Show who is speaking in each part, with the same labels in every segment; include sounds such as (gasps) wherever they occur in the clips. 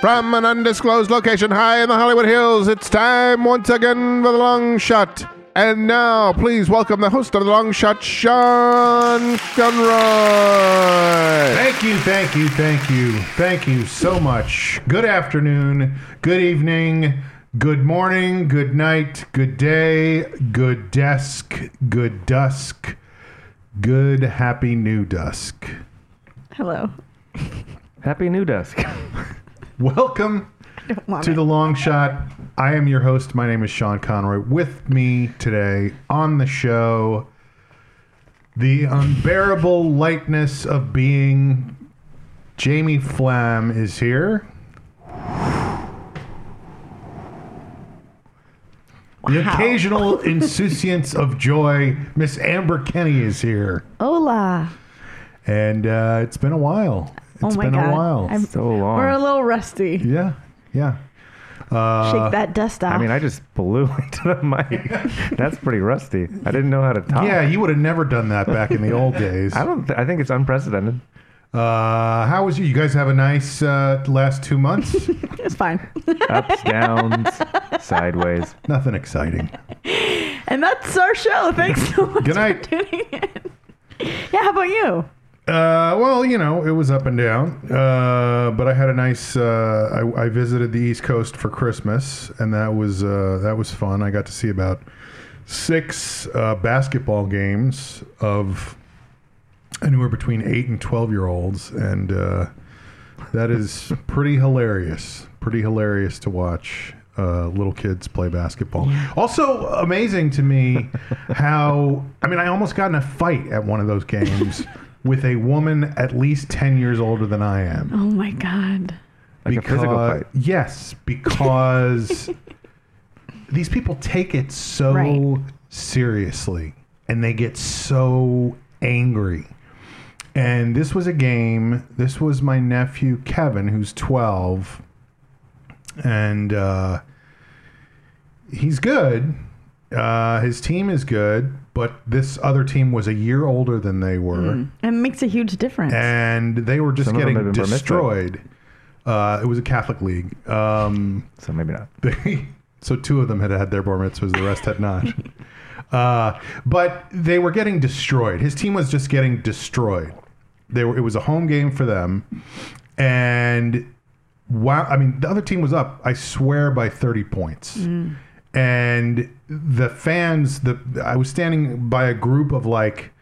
Speaker 1: From an undisclosed location high in the Hollywood Hills, it's time once again for the long shot. And now, please welcome the host of the long shot, Sean Conroy.
Speaker 2: Thank you, thank you, thank you, thank you so much. Good afternoon, good evening, good morning, good night, good day, good desk, good dusk, good happy new dusk.
Speaker 3: Hello.
Speaker 4: Happy New Dusk.
Speaker 2: Welcome
Speaker 3: Want
Speaker 2: to
Speaker 3: it.
Speaker 2: the long shot. I am your host. My name is Sean Conroy. With me today on the show, the unbearable lightness of being Jamie Flam is here. The
Speaker 3: (laughs)
Speaker 2: occasional insouciance of joy, Miss Amber Kenny is here,
Speaker 3: Hola.
Speaker 2: and uh, it's been a while.
Speaker 3: Oh
Speaker 2: It's
Speaker 3: my
Speaker 2: been
Speaker 3: God.
Speaker 2: a while.
Speaker 3: I'm-
Speaker 4: (laughs) So long.
Speaker 3: We're a little rusty.
Speaker 2: Yeah, yeah. Uh,
Speaker 3: Shake that dust off.
Speaker 4: I mean, I just blew (laughs) into the mic. That's pretty rusty. I didn't know how to
Speaker 3: Oh.
Speaker 4: talk.
Speaker 2: Yeah, you would have never done that back in the old
Speaker 3: (laughs)
Speaker 2: days.
Speaker 4: I
Speaker 2: Uh,
Speaker 4: don't. Th- I think it's unprecedented.
Speaker 2: how was you? You guys have a nice uh, last two months?
Speaker 3: it's fine. (laughs)
Speaker 4: Ups, downs, sideways.
Speaker 2: Nothing exciting.
Speaker 3: and that's
Speaker 2: (laughs)
Speaker 3: our show. Thanks so much
Speaker 2: Good night.
Speaker 3: for tuning in. Yeah, how about you?
Speaker 2: Uh, well, you know, it was up and down. Uh, but I had a nice. Uh, I, I visited the East Coast for Christmas, and that was uh, that was fun. I got to see about six uh, basketball games of anywhere between eight and twelve year olds, and uh, that is pretty hilarious. Pretty hilarious to watch. Uh, little kids play basketball. Also amazing to me how I mean I almost got in a fight at one of those games with a woman at least ten years older than I am
Speaker 3: Oh my God.
Speaker 4: Like a physical
Speaker 2: because-
Speaker 4: fight.
Speaker 2: Yes,
Speaker 4: (laughs)
Speaker 2: because these people take it so
Speaker 3: Right.
Speaker 2: seriously and they get so angry. And this was a game. This was my nephew Kevin, who's 12, and uh, he's good. Uh, his team is good, but this other team was a year older than they were
Speaker 4: Hmm.
Speaker 3: It makes a huge difference.
Speaker 2: and they were just
Speaker 4: Some of them
Speaker 2: getting
Speaker 4: have been vermicomb.
Speaker 2: destroyed. Uh, it was a Catholic league. Um, (laughs)
Speaker 4: So maybe not.
Speaker 2: they, so two of them had had their bar mitzvahs, the rest had not. uh, but they were getting destroyed. His team was just getting destroyed. They were. It was a home game for them, and wow. I mean, the other team was up. I swear by thirty points. And the fans, the I was standing by a group of like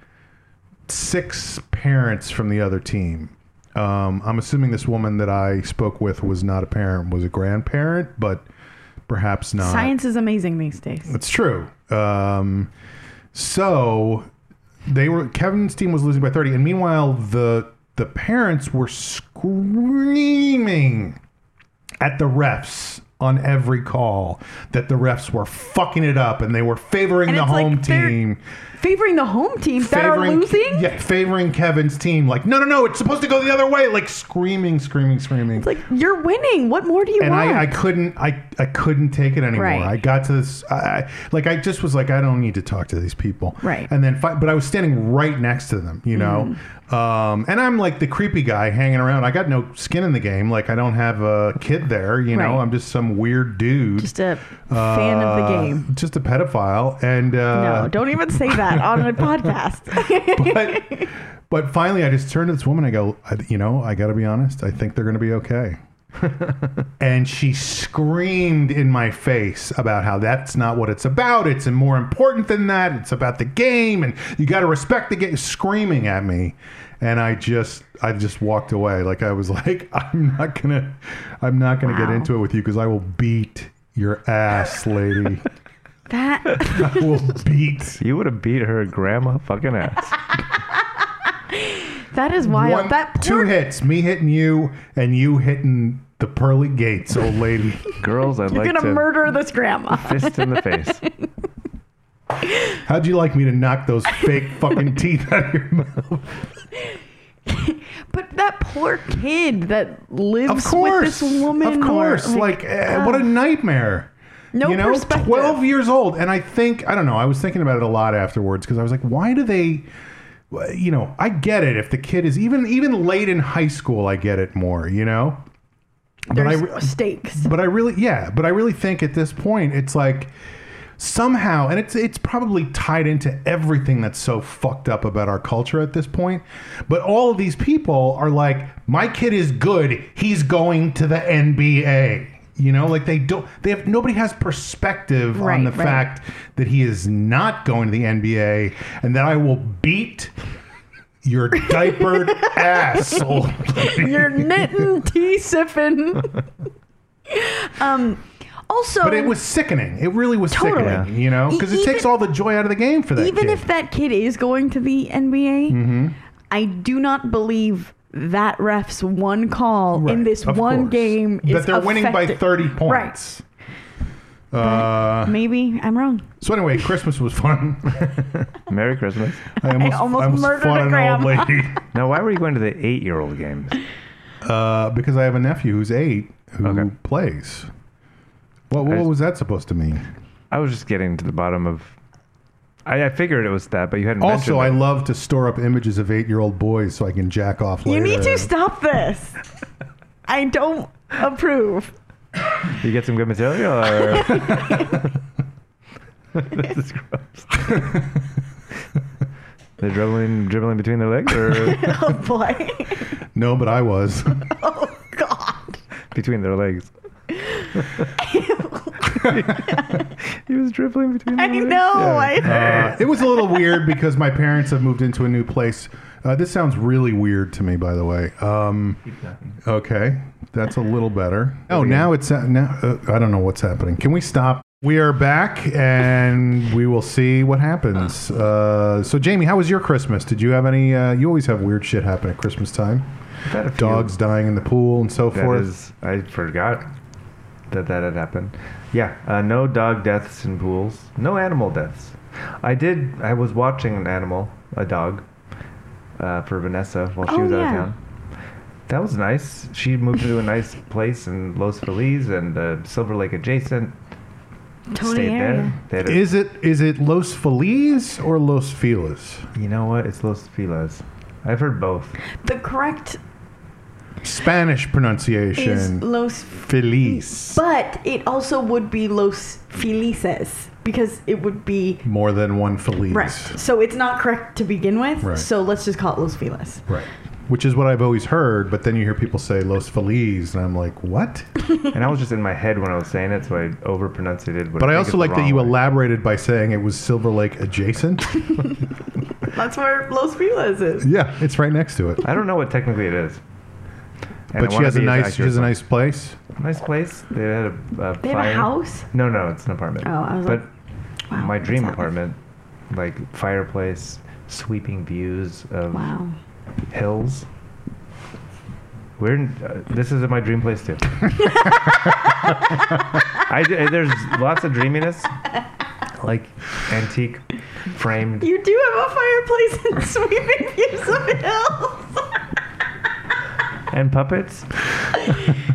Speaker 2: six parents from the other team. Um, I'm assuming this woman that I spoke with was not a parent, was a grandparent, but perhaps not.
Speaker 3: Science is amazing these days.
Speaker 2: It's true. Um, so they were Kevin's team was losing by 30, and meanwhile the the parents were screaming at the refs on every call that the refs were fucking it up and they were favoring
Speaker 3: And
Speaker 2: the
Speaker 3: it's like
Speaker 2: home
Speaker 3: they're-
Speaker 2: team
Speaker 3: Favoring the home team that are losing?
Speaker 2: yeah, favoring Kevin's team. Like, no, no, no, it's supposed to go the other way. Like screaming, screaming, screaming.
Speaker 3: It's like, you're winning. What more do you
Speaker 2: and
Speaker 3: want?
Speaker 2: I, I couldn't, I, I couldn't take it anymore.
Speaker 3: Right.
Speaker 2: I got to this, I, I- like, I just was like, I don't need to talk to these people.
Speaker 3: Right.
Speaker 2: And then, fi- but I was standing right next to them, you know.
Speaker 3: Mm-hmm.
Speaker 2: Um, and I'm like the creepy guy hanging around. I got no skin in the game. Like, I don't have a kid there, you know.
Speaker 3: Right.
Speaker 2: I'm just some weird dude.
Speaker 3: Just a fan of the
Speaker 2: Uh,
Speaker 3: game.
Speaker 2: Just a pedophile. And uh,
Speaker 3: No, don't even say that on
Speaker 2: (laughs)
Speaker 3: a podcast.
Speaker 2: but but finally, I just turned to this woman. I go, I, you know, I got to be honest. I think they're going to be okay. and she screamed in my face about how that's not what it's about. It's more important than that. It's about the game, and you got to respect the game. Screaming at me, and I just, I just walked away. Like I was (laughs) like, I'm not gonna, I'm not gonna get
Speaker 3: Wow.
Speaker 2: into it with you because I will beat your ass, lady.
Speaker 3: (laughs) that
Speaker 2: I will beat
Speaker 4: You would have beat her grandma fucking ass.
Speaker 3: that is wild.
Speaker 2: One-
Speaker 3: that poor
Speaker 2: two hits, me hitting you and you hitting the pearly gates, old lady.
Speaker 4: Girls, I'd
Speaker 3: (laughs) You're
Speaker 4: like
Speaker 3: gonna
Speaker 4: to
Speaker 3: murder this grandma.
Speaker 4: fist in the face.
Speaker 2: How'd you like me to knock those
Speaker 3: (laughs)
Speaker 2: fake fucking teeth out of your mouth?
Speaker 3: (laughs) But that poor kid that lives
Speaker 2: Of course,
Speaker 3: with this woman.
Speaker 2: Of
Speaker 3: or, oh,
Speaker 2: course, like, eh, what a nightmare.
Speaker 3: no
Speaker 2: you know,
Speaker 3: perspective.
Speaker 2: twelve years old, and I think I don't know. I was thinking about it a lot afterwards because I was like, why do they? You know, I get it if the kid is even even late in high school. I get it more. You know, But I
Speaker 3: There's
Speaker 2: re- (laughs)
Speaker 3: stakes.
Speaker 2: But I really, yeah. But I really think at this point, it's like somehow, and it's it's probably tied into everything that's so fucked up about our culture at this point. But all of these people are like, my kid is good. He's going to the NBA. You know, like they don't. They have nobody has perspective on
Speaker 3: Right,
Speaker 2: the
Speaker 3: right.
Speaker 2: fact that he is not going to the NBA, and that I will beat. Your diapered (laughs) ass. old lady.
Speaker 3: You're knitting, tea sipping.
Speaker 2: (laughs)
Speaker 3: um, also,
Speaker 2: But it was sickening. It really was
Speaker 3: Totally.
Speaker 2: sickening, you know, because it
Speaker 3: E-
Speaker 2: takes
Speaker 3: even-
Speaker 2: all the joy out of the game for that. kid.
Speaker 3: even
Speaker 2: Mm-hmm.
Speaker 3: if that kid is going to the NBA, I do not believe that ref's one call in
Speaker 2: Right,
Speaker 3: this
Speaker 2: of
Speaker 3: one
Speaker 2: course.
Speaker 3: game is
Speaker 2: but they're winning by
Speaker 3: affected-
Speaker 2: thirty
Speaker 3: Right.
Speaker 2: points. Uh,
Speaker 3: Maybe I'm wrong.
Speaker 2: so anyway, Christmas was fun. (laughs)
Speaker 4: Merry Christmas.
Speaker 3: (laughs)
Speaker 2: I almost,
Speaker 3: almost murdered
Speaker 2: fought
Speaker 3: a
Speaker 2: an old
Speaker 3: (laughs)
Speaker 2: lady
Speaker 4: Now, why were you going to the eight-year-old games?
Speaker 2: uh, because I have a nephew who's eight who
Speaker 4: Okay.
Speaker 2: plays. What,
Speaker 4: I
Speaker 2: what
Speaker 4: just-
Speaker 2: was that supposed to mean?
Speaker 4: I was just getting to the bottom of. I, I figured it was that, but you hadn't
Speaker 2: Also, I
Speaker 4: mentioned.
Speaker 2: love to store up images of eight-year-old boys so I can jack off later.
Speaker 3: You need to
Speaker 2: (laughs)
Speaker 3: stop this. I don't approve.
Speaker 4: it. you get some good material.
Speaker 3: (laughs)
Speaker 4: Or... this is gross. They're dribbling, dribbling between their legs, or
Speaker 3: (laughs) Oh boy.
Speaker 2: No, but I was. (laughs)
Speaker 3: (laughs) Oh god.
Speaker 4: between their legs.
Speaker 3: (laughs)
Speaker 4: he was dribbling between.
Speaker 3: I
Speaker 4: Their legs.
Speaker 3: know.
Speaker 4: Yeah.
Speaker 3: I,
Speaker 2: Uh, it was a little weird because my parents have moved into a new place. Uh, this sounds really weird to me, by the way. Um, okay, that's a little better. Oh, now it's now. Uh, I don't know what's happening. Can we stop? We are back, and we will see what happens. Uh, so, Jamie, how was your Christmas? Did you have any? Uh, you always have weird shit happen at Christmas time.
Speaker 4: I've had a few
Speaker 2: Dogs dying in the pool and so
Speaker 4: That
Speaker 2: forth.
Speaker 4: is- I forgot that that had happened. Yeah, uh, no dog deaths in pools. No animal deaths. I did. I was watching an animal, a dog, uh, for Vanessa while she
Speaker 3: Oh,
Speaker 4: was out of
Speaker 3: yeah.
Speaker 4: town. That was nice. She moved to a nice place in Los Feliz and uh, Silver Lake adjacent.
Speaker 3: Tony
Speaker 4: Stayed
Speaker 3: area.
Speaker 4: there. They had a-
Speaker 2: Is it is it Los Feliz or Los Feliz?
Speaker 4: you know what? It's Los Feliz. I've heard both.
Speaker 3: The correct
Speaker 2: Spanish
Speaker 3: is
Speaker 2: pronunciation.
Speaker 3: Los
Speaker 2: Feliz.
Speaker 3: But it also would be Los Felices because it would be
Speaker 2: More than one Feliz.
Speaker 3: right. So it's not correct to begin with.
Speaker 2: Right.
Speaker 3: So let's just call it Los Felices.
Speaker 2: Right. Which is what I've always heard, but then you hear people say Los Feliz, and I'm like, what?
Speaker 4: and I was just in my head when I was saying it, so I overpronounced it.
Speaker 2: But I also like that you elaborated by saying it was Silver Lake
Speaker 4: (laughs)
Speaker 2: adjacent.
Speaker 3: That's where Los Felices is.
Speaker 2: yeah, it's right next to it.
Speaker 4: I don't know what technically it is. And I
Speaker 2: But she
Speaker 4: wanna
Speaker 2: has a
Speaker 4: be as
Speaker 2: nice, she
Speaker 4: accurate
Speaker 2: has a
Speaker 4: as-
Speaker 2: nice place.
Speaker 4: nice place. They had a, a
Speaker 3: They have
Speaker 4: fire.
Speaker 3: a house.
Speaker 4: No, no, it's an apartment.
Speaker 3: Oh, I was
Speaker 4: but
Speaker 3: like, wow,
Speaker 4: my
Speaker 3: what's
Speaker 4: dream
Speaker 3: happening?
Speaker 4: apartment, like fireplace, sweeping views of
Speaker 3: Wow.
Speaker 4: hills. We're in, uh, this is my dream place too. (laughs) I d- uh, there's lots of dreaminess, like antique framed.
Speaker 3: (laughs) You do have a fireplace and (laughs) sweeping views of hills. (laughs)
Speaker 4: and puppets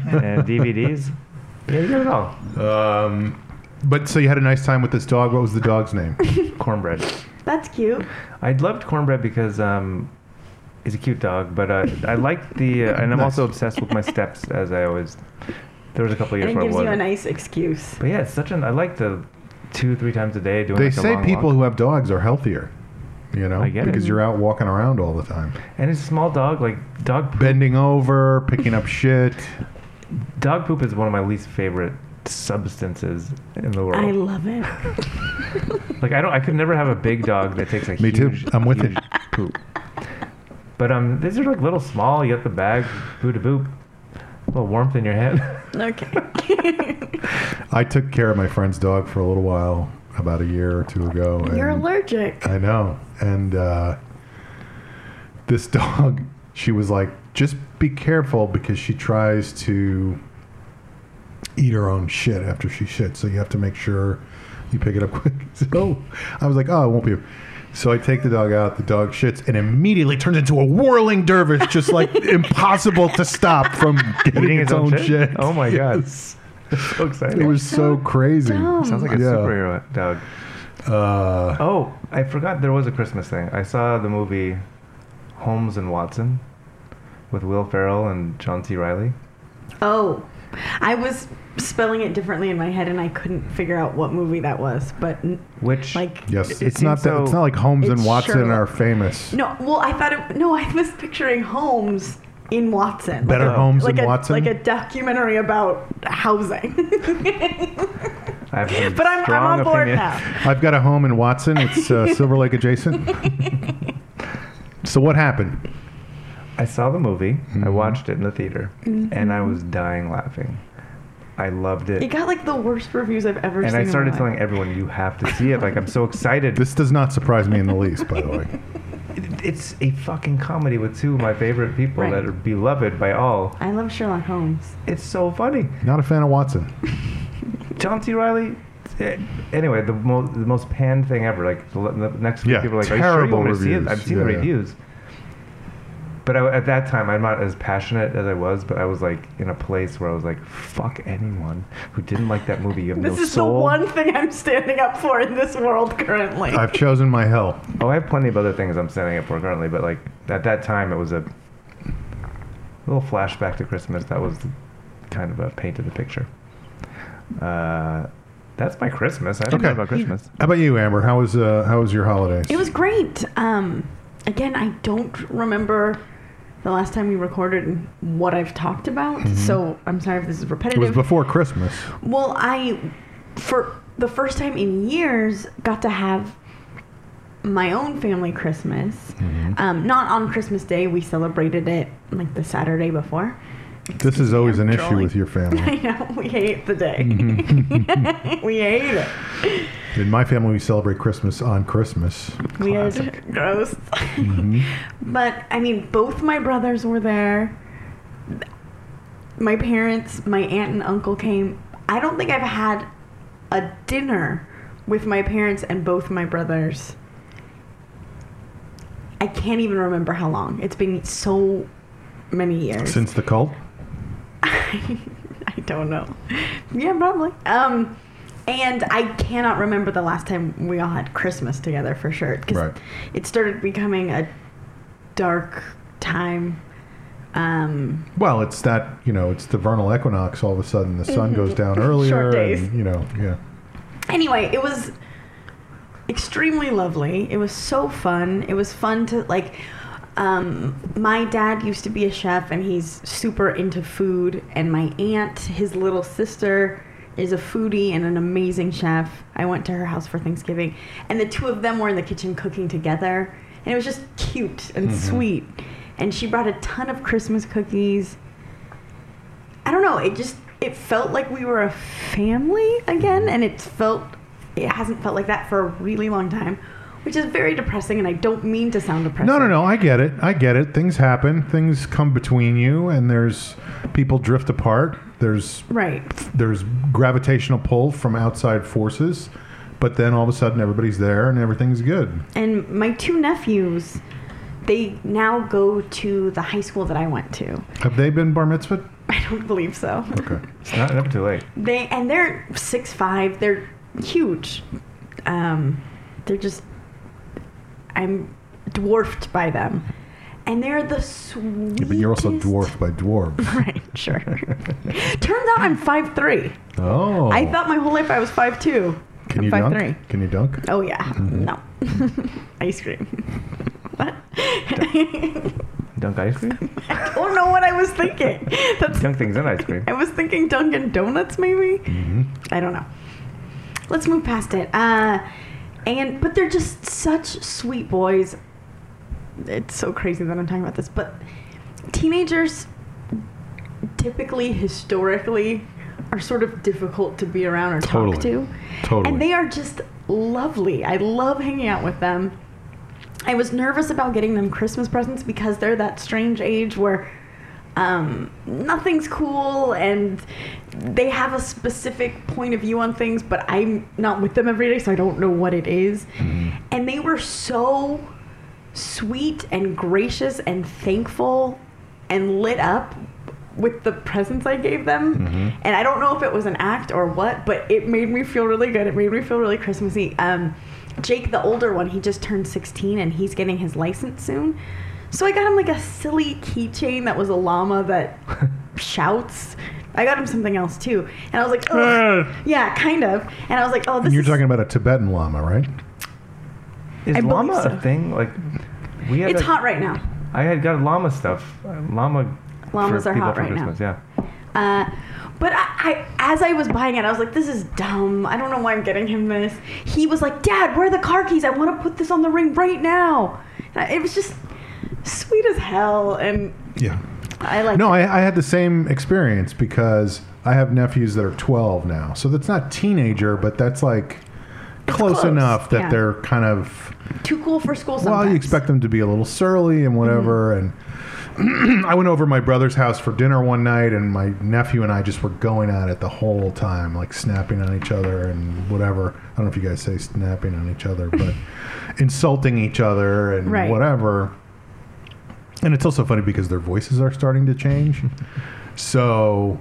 Speaker 4: and DVDs. Yeah, you got it all.
Speaker 2: Um, but so you had a nice time with this dog. What was the dog's
Speaker 4: (laughs)
Speaker 2: name?
Speaker 4: Cornbread.
Speaker 3: That's cute.
Speaker 4: I loved Cornbread because um, he's a cute dog, but uh, I liked the,
Speaker 2: (laughs)
Speaker 4: uh, and I'm also obsessed with my steps as I always. There was a couple
Speaker 3: And
Speaker 4: years
Speaker 3: it
Speaker 4: where I
Speaker 3: gives you a
Speaker 4: was.
Speaker 3: nice excuse.
Speaker 4: But yeah, it's such an. I like the two, three times a day doing.
Speaker 2: They
Speaker 4: like a
Speaker 2: say
Speaker 4: long
Speaker 2: people
Speaker 4: walk.
Speaker 2: who have dogs are healthier, you know,
Speaker 4: I get it.
Speaker 2: because you're out walking around all the
Speaker 4: (laughs)
Speaker 2: time,
Speaker 4: and it's a small dog. Like dog, poop.
Speaker 2: bending over, picking up shit.
Speaker 4: dog poop is one of my least favorite substances in the world.
Speaker 3: I love it. (laughs)
Speaker 4: Like I don't, I could never have a big dog that takes a
Speaker 2: (laughs) Me too.
Speaker 4: huge.
Speaker 2: I'm with it.
Speaker 4: huge Poop. But um, these are like little small. You got the bag, boop to boop, a little warmth in your head. (laughs)
Speaker 3: Okay.
Speaker 2: I took care of my friend's dog for a little while, about a year or two ago.
Speaker 3: You're
Speaker 2: and-
Speaker 3: allergic.
Speaker 2: I know. And uh, this (laughs) dog, she was like, just be careful because she tries to eat her own shit after she shits. So you have to make sure you pick it up (laughs) quick. So I was like, oh, it won't be. So I take the dog out, the dog shits, and immediately turns into a whirling dervish, just
Speaker 4: (laughs)
Speaker 2: like impossible to stop from getting
Speaker 4: Eating
Speaker 2: its, own, shit.
Speaker 4: Oh my god.
Speaker 2: Yes.
Speaker 4: so excited.
Speaker 2: It was so, crazy.
Speaker 3: dumb.
Speaker 4: Sounds like a
Speaker 2: Yeah.
Speaker 4: superhero dog.
Speaker 2: Uh,
Speaker 4: Oh, I forgot there was a Christmas thing. I saw the movie Holmes and Watson with Will Ferrell and John C. Riley.
Speaker 3: Oh, I was spelling it differently in my head, and I couldn't figure out what movie that was. But n-
Speaker 4: Which
Speaker 3: like,
Speaker 2: Yes,
Speaker 4: It
Speaker 2: it's not
Speaker 4: seems
Speaker 2: that.
Speaker 4: so-
Speaker 2: it's not like Holmes and
Speaker 3: It's
Speaker 2: Watson
Speaker 3: Sherlock.
Speaker 2: are famous.
Speaker 3: no, well, I thought it, no, I was picturing Holmes in Watson. Like
Speaker 2: Better
Speaker 3: a-
Speaker 2: Holmes
Speaker 3: like
Speaker 2: and
Speaker 3: a,
Speaker 2: Watson.
Speaker 3: like a documentary about housing. (laughs)
Speaker 4: I have some
Speaker 3: but I'm, I'm
Speaker 4: strong
Speaker 3: on board
Speaker 4: opinion.
Speaker 3: now.
Speaker 2: I've got a home in Watson. It's
Speaker 3: (laughs)
Speaker 2: uh, Silver Lake adjacent. so what happened?
Speaker 4: I saw the movie.
Speaker 2: Mm-hmm.
Speaker 4: I watched it in the theater,
Speaker 3: Mm-hmm.
Speaker 4: and I was dying laughing. I loved it,
Speaker 3: It got like the worst reviews I've ever
Speaker 4: and
Speaker 3: seen.
Speaker 4: I
Speaker 3: in my
Speaker 4: started
Speaker 3: life.
Speaker 4: telling everyone, "You have to see it!" Like I'm so excited.
Speaker 2: This does not surprise me in the least. By the way,
Speaker 4: It- It's a fucking comedy with two of my favorite people
Speaker 3: Right.
Speaker 4: that are beloved by all.
Speaker 3: I love Sherlock Holmes.
Speaker 4: It's so funny.
Speaker 2: not a fan of Watson.
Speaker 4: John C. Riley. eh, Anyway, the most the most panned thing ever. Like the, the next week,
Speaker 2: Yeah,
Speaker 4: people are like, "Are you sure you
Speaker 2: terrible
Speaker 4: want me to see it?"
Speaker 2: reviews.
Speaker 4: I've seen the
Speaker 2: Yeah.
Speaker 4: reviews. But I, at that time, I'm not as passionate as I was. But I was like in a place where I was like, "Fuck anyone who didn't like that movie. You
Speaker 3: (laughs)
Speaker 4: have
Speaker 3: This
Speaker 4: no
Speaker 3: is
Speaker 4: soul."
Speaker 3: the one thing I'm standing up for in this world currently.
Speaker 2: I've chosen my hell.
Speaker 4: Oh, I have plenty of other things I'm standing up for currently. But like at that time, it was a little flashback to Christmas. That was kind of a paint of the picture. Uh, that's my Christmas. I don't know
Speaker 2: Okay.
Speaker 4: about Christmas.
Speaker 2: How about you, Amber? How was uh, how was your holidays?
Speaker 3: It was great. Um, again, I don't remember the last time we recorded and what I've talked about, so I'm sorry if this is
Speaker 2: Mm-hmm. It was
Speaker 3: repetitive.
Speaker 2: before Christmas.
Speaker 3: well, I, for the first time in years, got to have my own family Christmas.
Speaker 2: Uh,
Speaker 3: Um, not on Christmas Day. We celebrated it like the Saturday before.
Speaker 2: This is always an issue
Speaker 3: drawing.
Speaker 2: with your family. Mm-hmm.
Speaker 3: (laughs) I know we hate the day.
Speaker 2: Mm.
Speaker 3: (laughs) we hate it.
Speaker 2: In my family, we celebrate Christmas on Christmas.
Speaker 3: Weird, gross.
Speaker 2: Mm-hmm.
Speaker 3: Mm-hmm. but I mean, both my brothers were there. My parents, my aunt and uncle came. I don't think I've had a dinner with my parents and both my brothers. I can't even remember how long. It's been so many
Speaker 2: (laughs)
Speaker 3: years.
Speaker 2: Since the cult,
Speaker 3: (laughs) I don't know. Yeah, probably. Um, and I cannot remember the last time we all had Christmas together for sure. 'cause
Speaker 2: Right.
Speaker 3: It started becoming a dark time. Um,
Speaker 2: well, it's that you know, it's the vernal equinox. All of a sudden, the sun goes down earlier.
Speaker 3: Mm-hmm. days.
Speaker 2: And, you know, yeah.
Speaker 3: anyway, it was extremely lovely. It was so fun. It was fun to like. Um, my dad used to be a chef, and he's super into food. And my aunt, his little sister, is a foodie and an amazing chef. I went to her house for Thanksgiving, and the two of them were in the kitchen cooking together, and it was just cute and sweet. And she brought a ton of Christmas cookies. I don't know. It just it felt like we were a family again, and it's felt it hasn't felt like that for a really long time, which is very depressing. And I don't mean to sound depressing.
Speaker 2: No, no, no. I get it. I get it. Things happen. Things come between you, and there's people drift apart. There's
Speaker 3: Right.
Speaker 2: there's gravitational pull from outside forces, but then all of a sudden everybody's there and everything's good.
Speaker 3: And my two nephews, they now go to the high school that I went to. (laughs)
Speaker 2: Have they been bar mitzvah?
Speaker 3: I don't believe so.
Speaker 2: Okay.
Speaker 4: It's not never too late.
Speaker 3: They and they're six five. They're huge. Um, they're just. I'm dwarfed by them, and they're the sweetest.
Speaker 2: Yeah, but you're also dwarfed by dwarves.
Speaker 3: (laughs) Right, sure. (laughs) Turns out I'm five three.
Speaker 2: Oh.
Speaker 3: I thought my whole life I was five two.
Speaker 2: Can
Speaker 3: I'm
Speaker 2: you
Speaker 3: five
Speaker 2: dunk?
Speaker 3: three.
Speaker 2: Can you dunk?
Speaker 3: Oh yeah.
Speaker 4: Mm-hmm.
Speaker 3: No. (laughs) ice cream.
Speaker 4: (laughs)
Speaker 3: what? (laughs)
Speaker 4: Dunk ice cream.
Speaker 3: I don't know what I was thinking. That's
Speaker 4: Dunk things in ice cream.
Speaker 3: I was thinking Dunkin' Donuts maybe.
Speaker 2: Mm-hmm.
Speaker 3: I don't know. Let's move past it. Uh, and but they're just such sweet boys. It's so crazy that I'm talking about this, but teenagers typically historically are sort of difficult to be around or
Speaker 2: Totally.
Speaker 3: talk to.
Speaker 2: Totally.
Speaker 3: And they are just lovely. I love hanging out with them. I was nervous about getting them Christmas presents because they're that strange age where um, nothing's cool and they have a specific point of view on things, but I'm not with them every day, so I don't know what it is.
Speaker 2: Mm-hmm.
Speaker 3: And they were so sweet and gracious and thankful and lit up with the presents I gave them.
Speaker 2: Mm-hmm.
Speaker 3: And I don't know if it was an act or what, but it made me feel really good. It made me feel really Christmassy. Um, Jake, the older one, he just turned 16 and he's getting his license soon. So I got him like a silly keychain that was a llama that shouts. I got him something else too, and I was like, oh, yeah, kind of. And I was like, oh, this
Speaker 2: And you're
Speaker 3: is
Speaker 2: talking about a Tibetan llama, right?
Speaker 4: Is
Speaker 3: I believe
Speaker 4: llama
Speaker 3: so.
Speaker 4: a thing? Like, we had
Speaker 3: it's
Speaker 4: a-
Speaker 3: hot right now.
Speaker 4: I had got llama stuff. Llama.
Speaker 3: Llamas
Speaker 4: for
Speaker 3: are
Speaker 4: people
Speaker 3: hot
Speaker 4: for
Speaker 3: right now.
Speaker 4: Christmas, Yeah.
Speaker 3: Uh, but I, I, as I was buying it, I was like, "This is dumb. I don't know why I'm getting him this." He was like, "Dad, where are the car keys? I want to put this on the ring right now." And I- it was just sweet as hell, and
Speaker 2: Yeah.
Speaker 3: I like.
Speaker 2: No, I, I had the same experience because I have nephews that are 12 now. So that's not teenager, but that's like close,
Speaker 3: close,
Speaker 2: enough that
Speaker 3: yeah.
Speaker 2: they're kind of
Speaker 3: too cool for school. Sometimes. Mm-hmm.
Speaker 2: Well, you expect them to be a little surly and whatever. And (clears throat) I went over to my brother's house for dinner one night, and my nephew and I just were going at it the whole time, like snapping on each other and whatever. I don't know if you guys say snapping on each other,
Speaker 3: (laughs)
Speaker 2: but insulting each other and
Speaker 3: Right.
Speaker 2: whatever. And it's also funny because their voices are starting to
Speaker 3: (laughs)
Speaker 2: change. So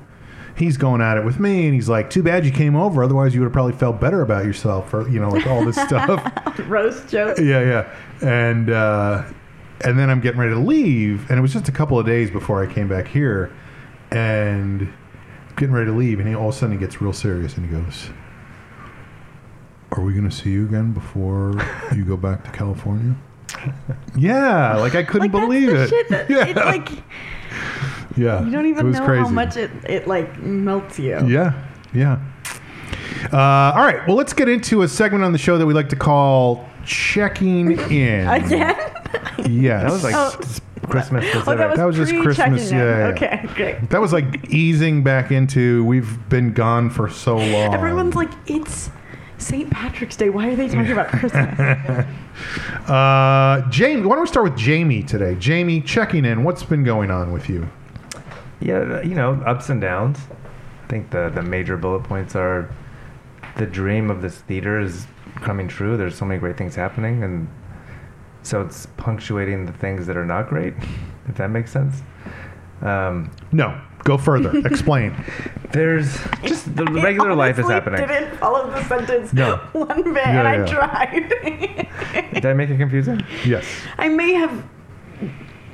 Speaker 2: he's going at it with me, and he's like, "Too bad you came over. Otherwise, you would have probably felt better about yourself, or you know, like all
Speaker 3: (laughs)
Speaker 2: this stuff."
Speaker 3: (laughs) roast jokes.
Speaker 2: yeah, yeah. And uh, and then I'm getting ready to leave, and it was just a couple of days before I came back here, and getting ready to leave, and he all of a sudden he gets real serious and he goes, "Are we gonna see you again before you go back to
Speaker 3: (laughs)
Speaker 2: California?" yeah, like I couldn't
Speaker 3: Like that's
Speaker 2: believe
Speaker 3: the
Speaker 2: it.
Speaker 3: shit that
Speaker 2: (laughs) yeah,
Speaker 3: it's like
Speaker 2: yeah.
Speaker 3: you don't
Speaker 2: It
Speaker 3: even
Speaker 2: was
Speaker 3: know how
Speaker 2: crazy.
Speaker 3: much it, it like melts you. (laughs)
Speaker 2: Yeah, yeah. Uh, all right, well, let's get into a segment on the show that we like to call
Speaker 3: (laughs)
Speaker 2: checking in.
Speaker 3: Again?
Speaker 2: Yes.
Speaker 4: That was like
Speaker 3: Oh.
Speaker 4: s-
Speaker 3: (laughs)
Speaker 4: Christmas
Speaker 3: Oh,
Speaker 4: specific.
Speaker 3: that was,
Speaker 2: That was just
Speaker 3: pre-checking
Speaker 2: Christmas,
Speaker 3: in.
Speaker 2: yeah, yeah.
Speaker 3: Okay, great.
Speaker 2: That was like easing back into we've been gone for so long. (laughs)
Speaker 3: Everyone's like, it's St. Patrick's Day. Why are they talking about Christmas?
Speaker 2: uh, Jamie. Why don't we start with Jamie today? Jamie, checking in. What's been going on with you?
Speaker 4: yeah, you know, ups and downs. I think the, the major bullet points are the dream of this theater is coming true. There's so many great things happening, and so it's punctuating the things that are not great, if that makes sense. Um,
Speaker 2: No, go
Speaker 3: (laughs)
Speaker 2: further. Explain.
Speaker 4: there's just the
Speaker 3: I
Speaker 4: regular life is
Speaker 3: honestly
Speaker 4: happening.
Speaker 3: didn't follow the sentence
Speaker 4: No.
Speaker 3: one bit,
Speaker 2: Yeah,
Speaker 3: and I
Speaker 2: yeah.
Speaker 3: tried.
Speaker 4: Did I make it confusing?
Speaker 2: Yes.
Speaker 3: I may have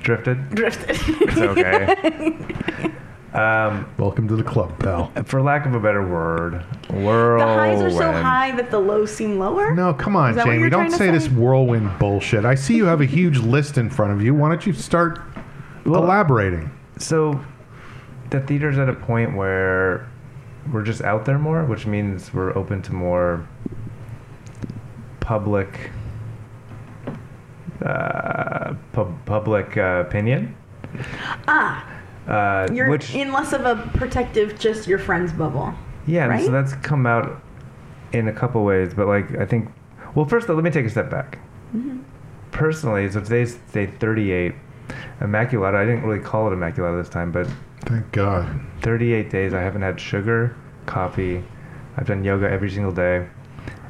Speaker 4: Drifted.
Speaker 3: drifted. (laughs)
Speaker 4: It's okay. um,
Speaker 2: Welcome to the club, pal.
Speaker 4: for lack of a better word, whirlwind.
Speaker 3: the highs are so
Speaker 4: Oh,
Speaker 3: high that the lows seem lower.
Speaker 2: No, come on,
Speaker 3: Is that what
Speaker 2: Jamie.
Speaker 3: you're
Speaker 2: Don't
Speaker 3: trying to
Speaker 2: say, this
Speaker 3: say?
Speaker 2: whirlwind bullshit. I see you have a huge list in front of you. Why don't you start
Speaker 4: Well,
Speaker 2: elaborating?
Speaker 4: So, the theater's at a point where we're just out there more, which means we're open to more public uh, pub- public uh, opinion.
Speaker 3: Ah,
Speaker 4: Uh,
Speaker 3: you're
Speaker 4: which
Speaker 3: in less of a protective, just your friends bubble.
Speaker 4: Yeah, and
Speaker 3: right?
Speaker 4: so that's come out in a couple ways, but like I think, well, first let me take a step back.
Speaker 3: Mm-hmm.
Speaker 4: Personally, so today's day 38, Immaculata. I didn't really call it Immaculata this time, but
Speaker 2: Thank God.
Speaker 4: 38 days I haven't had sugar, coffee. I've done yoga every single day,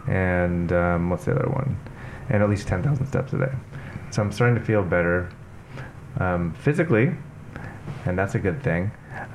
Speaker 4: and um, what's the other one? And at least 10,000 steps a day. So I'm starting to feel better um, physically, and that's a good thing.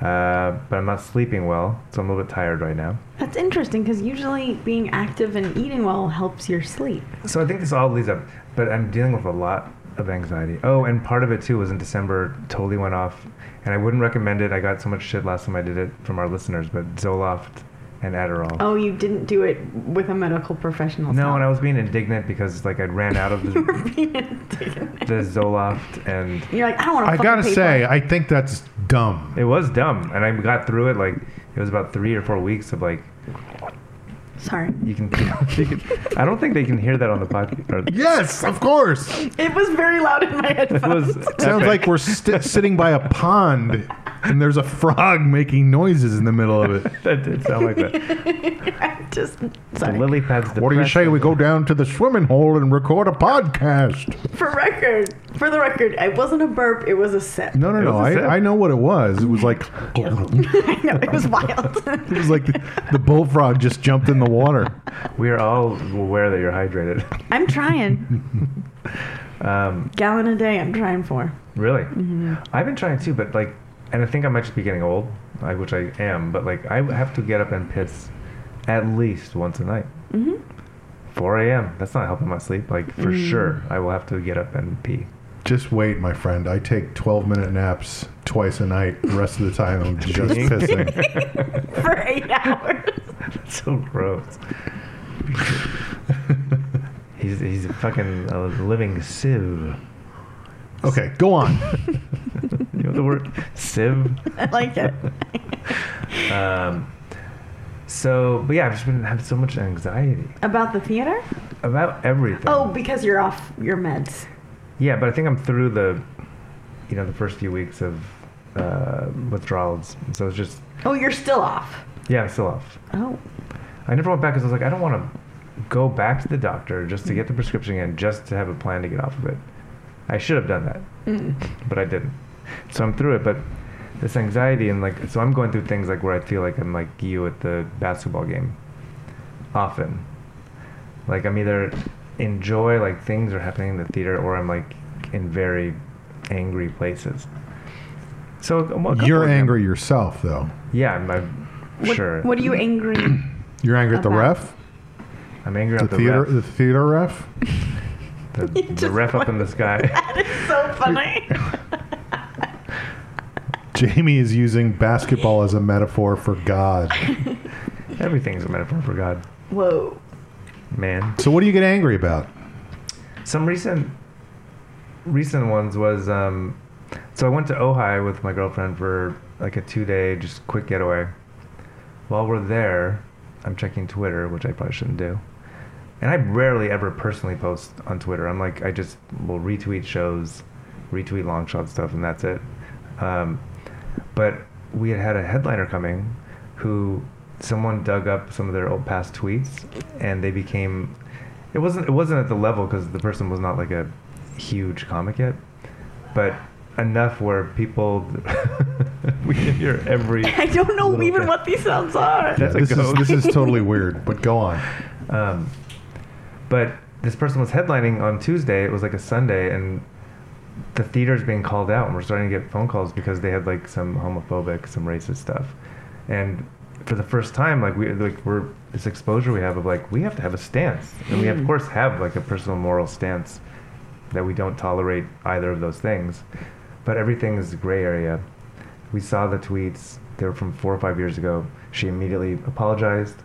Speaker 4: Uh, but I'm not sleeping well, so I'm a little bit tired right now.
Speaker 3: That's interesting because usually being active and eating well helps your sleep.
Speaker 4: So I think this all leads up, but I'm dealing with a lot of anxiety. Oh, and part of it too was in December, totally went off, and I wouldn't recommend it. I got so much shit last time I did it from our listeners, but Zoloft and Adderall.
Speaker 3: Oh, you didn't do it with a medical professional.
Speaker 4: No, and I was being indignant because like I ran out
Speaker 3: (laughs)
Speaker 4: of
Speaker 3: you were
Speaker 4: the,
Speaker 3: being (laughs) indignant.
Speaker 4: the Zoloft, and
Speaker 3: You're like, I don't want to.
Speaker 2: I gotta say, I think that's dumb.
Speaker 4: it was dumb. And I got through it like it was about three or four weeks of like
Speaker 3: sorry,
Speaker 4: you can. (laughs) You can I don't think they can hear that on the
Speaker 3: (laughs)
Speaker 4: podcast. or-
Speaker 2: Yes, of course.
Speaker 3: it was very loud in my
Speaker 4: It was
Speaker 3: headphones. (laughs)
Speaker 2: Sounds
Speaker 4: epic.
Speaker 2: like we're (laughs) st- sitting by a pond and there's a frog making noises in the middle of it.
Speaker 4: that did sound like that.
Speaker 3: I just
Speaker 4: The
Speaker 3: sorry.
Speaker 4: lily pads.
Speaker 2: What do you say we go down to the swimming hole and record a podcast?
Speaker 3: for record, for the record, it wasn't a burp. It was a sip.
Speaker 2: No, no,
Speaker 4: It
Speaker 2: no.
Speaker 4: was a sip.
Speaker 2: I, I know what it was. It was like (laughs) it
Speaker 3: (laughs) I know it was
Speaker 4: (laughs)
Speaker 3: wild.
Speaker 2: was like the, the bullfrog just jumped in the water.
Speaker 4: We are all aware that you're hydrated. (laughs)
Speaker 3: I'm trying.
Speaker 4: Um,
Speaker 3: Gallon a day. I'm trying for. (laughs)
Speaker 4: Really? I've been trying too, but like, and I think I might just be getting old, like, which I am, but like, I have to get up and piss at least once a night. Mm-hmm. 4 a.m. That's not helping my sleep. Like, for sure, I will have to get up and pee.
Speaker 2: Just wait, my friend. I take 12 minute naps twice a night. The rest of the time, I'm
Speaker 4: (laughs)
Speaker 2: just
Speaker 4: Peeing.
Speaker 2: pissing.
Speaker 3: for eight hours.
Speaker 4: so gross. (laughs) he's he's a fucking a living sieve. (laughs)
Speaker 2: Okay, go on.
Speaker 4: You know the word sieve.
Speaker 3: I like it.
Speaker 4: Um, so, but yeah, I've just been having so much anxiety
Speaker 3: About the theater?
Speaker 4: about everything.
Speaker 3: Oh, because you're off your meds.
Speaker 4: Yeah, but I think I'm through the, you know, the first few weeks of uh, withdrawals. So it's just,
Speaker 3: Oh, you're still off.
Speaker 4: yeah, I'm still off.
Speaker 3: Oh,
Speaker 4: I never went back because I was like, I don't want to go back to the doctor just to get the prescription in, just to have a plan to get off of it. I should have done that,
Speaker 3: Mm.
Speaker 4: but I didn't. So I'm through it, but this anxiety and like, so I'm going through things like where I feel like I'm like you at the basketball game, often. Like I'm either enjoy like things are happening in the theater, or I'm like in very angry places. So a couple
Speaker 2: You're
Speaker 4: of them-
Speaker 2: angry yourself, though.
Speaker 4: Yeah, I'm, I'm
Speaker 3: what,
Speaker 4: sure.
Speaker 3: What are you angry?
Speaker 4: (coughs)
Speaker 2: You're angry at the
Speaker 3: About-
Speaker 2: ref,
Speaker 4: I'm angry
Speaker 2: the,
Speaker 4: at the
Speaker 2: theater,
Speaker 4: ref.
Speaker 2: the theater ref.
Speaker 3: (laughs)
Speaker 4: the, the
Speaker 3: just
Speaker 4: ref up in the
Speaker 3: (laughs)
Speaker 4: sky.
Speaker 3: That is so funny.
Speaker 2: Jamie is using basketball as a metaphor for God.
Speaker 4: Everything's a metaphor for God,
Speaker 3: Whoa.
Speaker 4: man.
Speaker 2: So, what do you get angry about?
Speaker 4: Some recent, recent ones was um, so I went to Ojai with my girlfriend for like a two-day just quick getaway. While we're there, I'm checking Twitter, which I probably shouldn't do. And I rarely ever personally post on Twitter. I'm like, I just will retweet shows, retweet long shot stuff, and that's it. Um, but we had had a headliner coming who someone dug up some of their old past tweets and they became it wasn't it wasn't at the level because the person was not like a huge comic yet but enough where people (laughs) we can hear
Speaker 3: (laughs)
Speaker 4: every
Speaker 3: I don't know
Speaker 4: Little
Speaker 3: even
Speaker 4: bit.
Speaker 3: what these sounds are.
Speaker 4: (laughs) That's a
Speaker 2: this,
Speaker 4: goat.
Speaker 2: is, this is totally weird, but go on.
Speaker 4: Um, but this person was headlining on Tuesday. It was like a Sunday, and the theater's being called out, and we're starting to get phone calls because they had like some homophobic, some racist stuff. And for the first time, like we like we're this exposure we have of like we have to have a stance, and we of course have like a personal moral stance that we don't tolerate either of those things. But everything is gray area. We saw the tweets. They were from four or five years ago. She immediately apologized,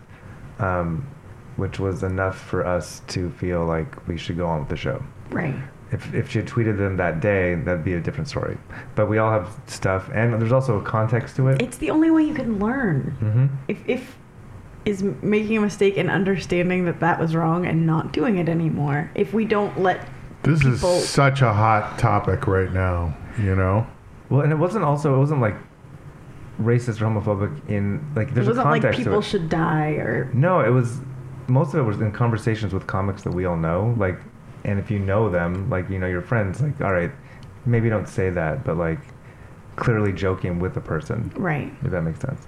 Speaker 4: um, which was enough for us to feel like we should go on with the show.
Speaker 3: Right.
Speaker 4: If, if she had tweeted them that day, that'd be a different story. But we all have stuff, and there's also a context to it.
Speaker 3: It's the only way you can learn.
Speaker 4: hmm
Speaker 3: If, if is making a mistake and understanding that that was wrong and not doing it anymore. If we don't let
Speaker 2: This
Speaker 3: People-
Speaker 2: is such a hot topic right now, you know?
Speaker 4: Well, and it wasn't also it wasn't like racist or homophobic in like there's
Speaker 3: it wasn't
Speaker 4: a
Speaker 3: like
Speaker 4: context to
Speaker 3: people
Speaker 4: it.
Speaker 3: should die or
Speaker 4: No, it was most of it was in conversations with comics that we all know. Like, and if you know them, like you know your friends, like all right, maybe don't say that, but like clearly joking with the person,
Speaker 3: right.
Speaker 4: if that makes sense.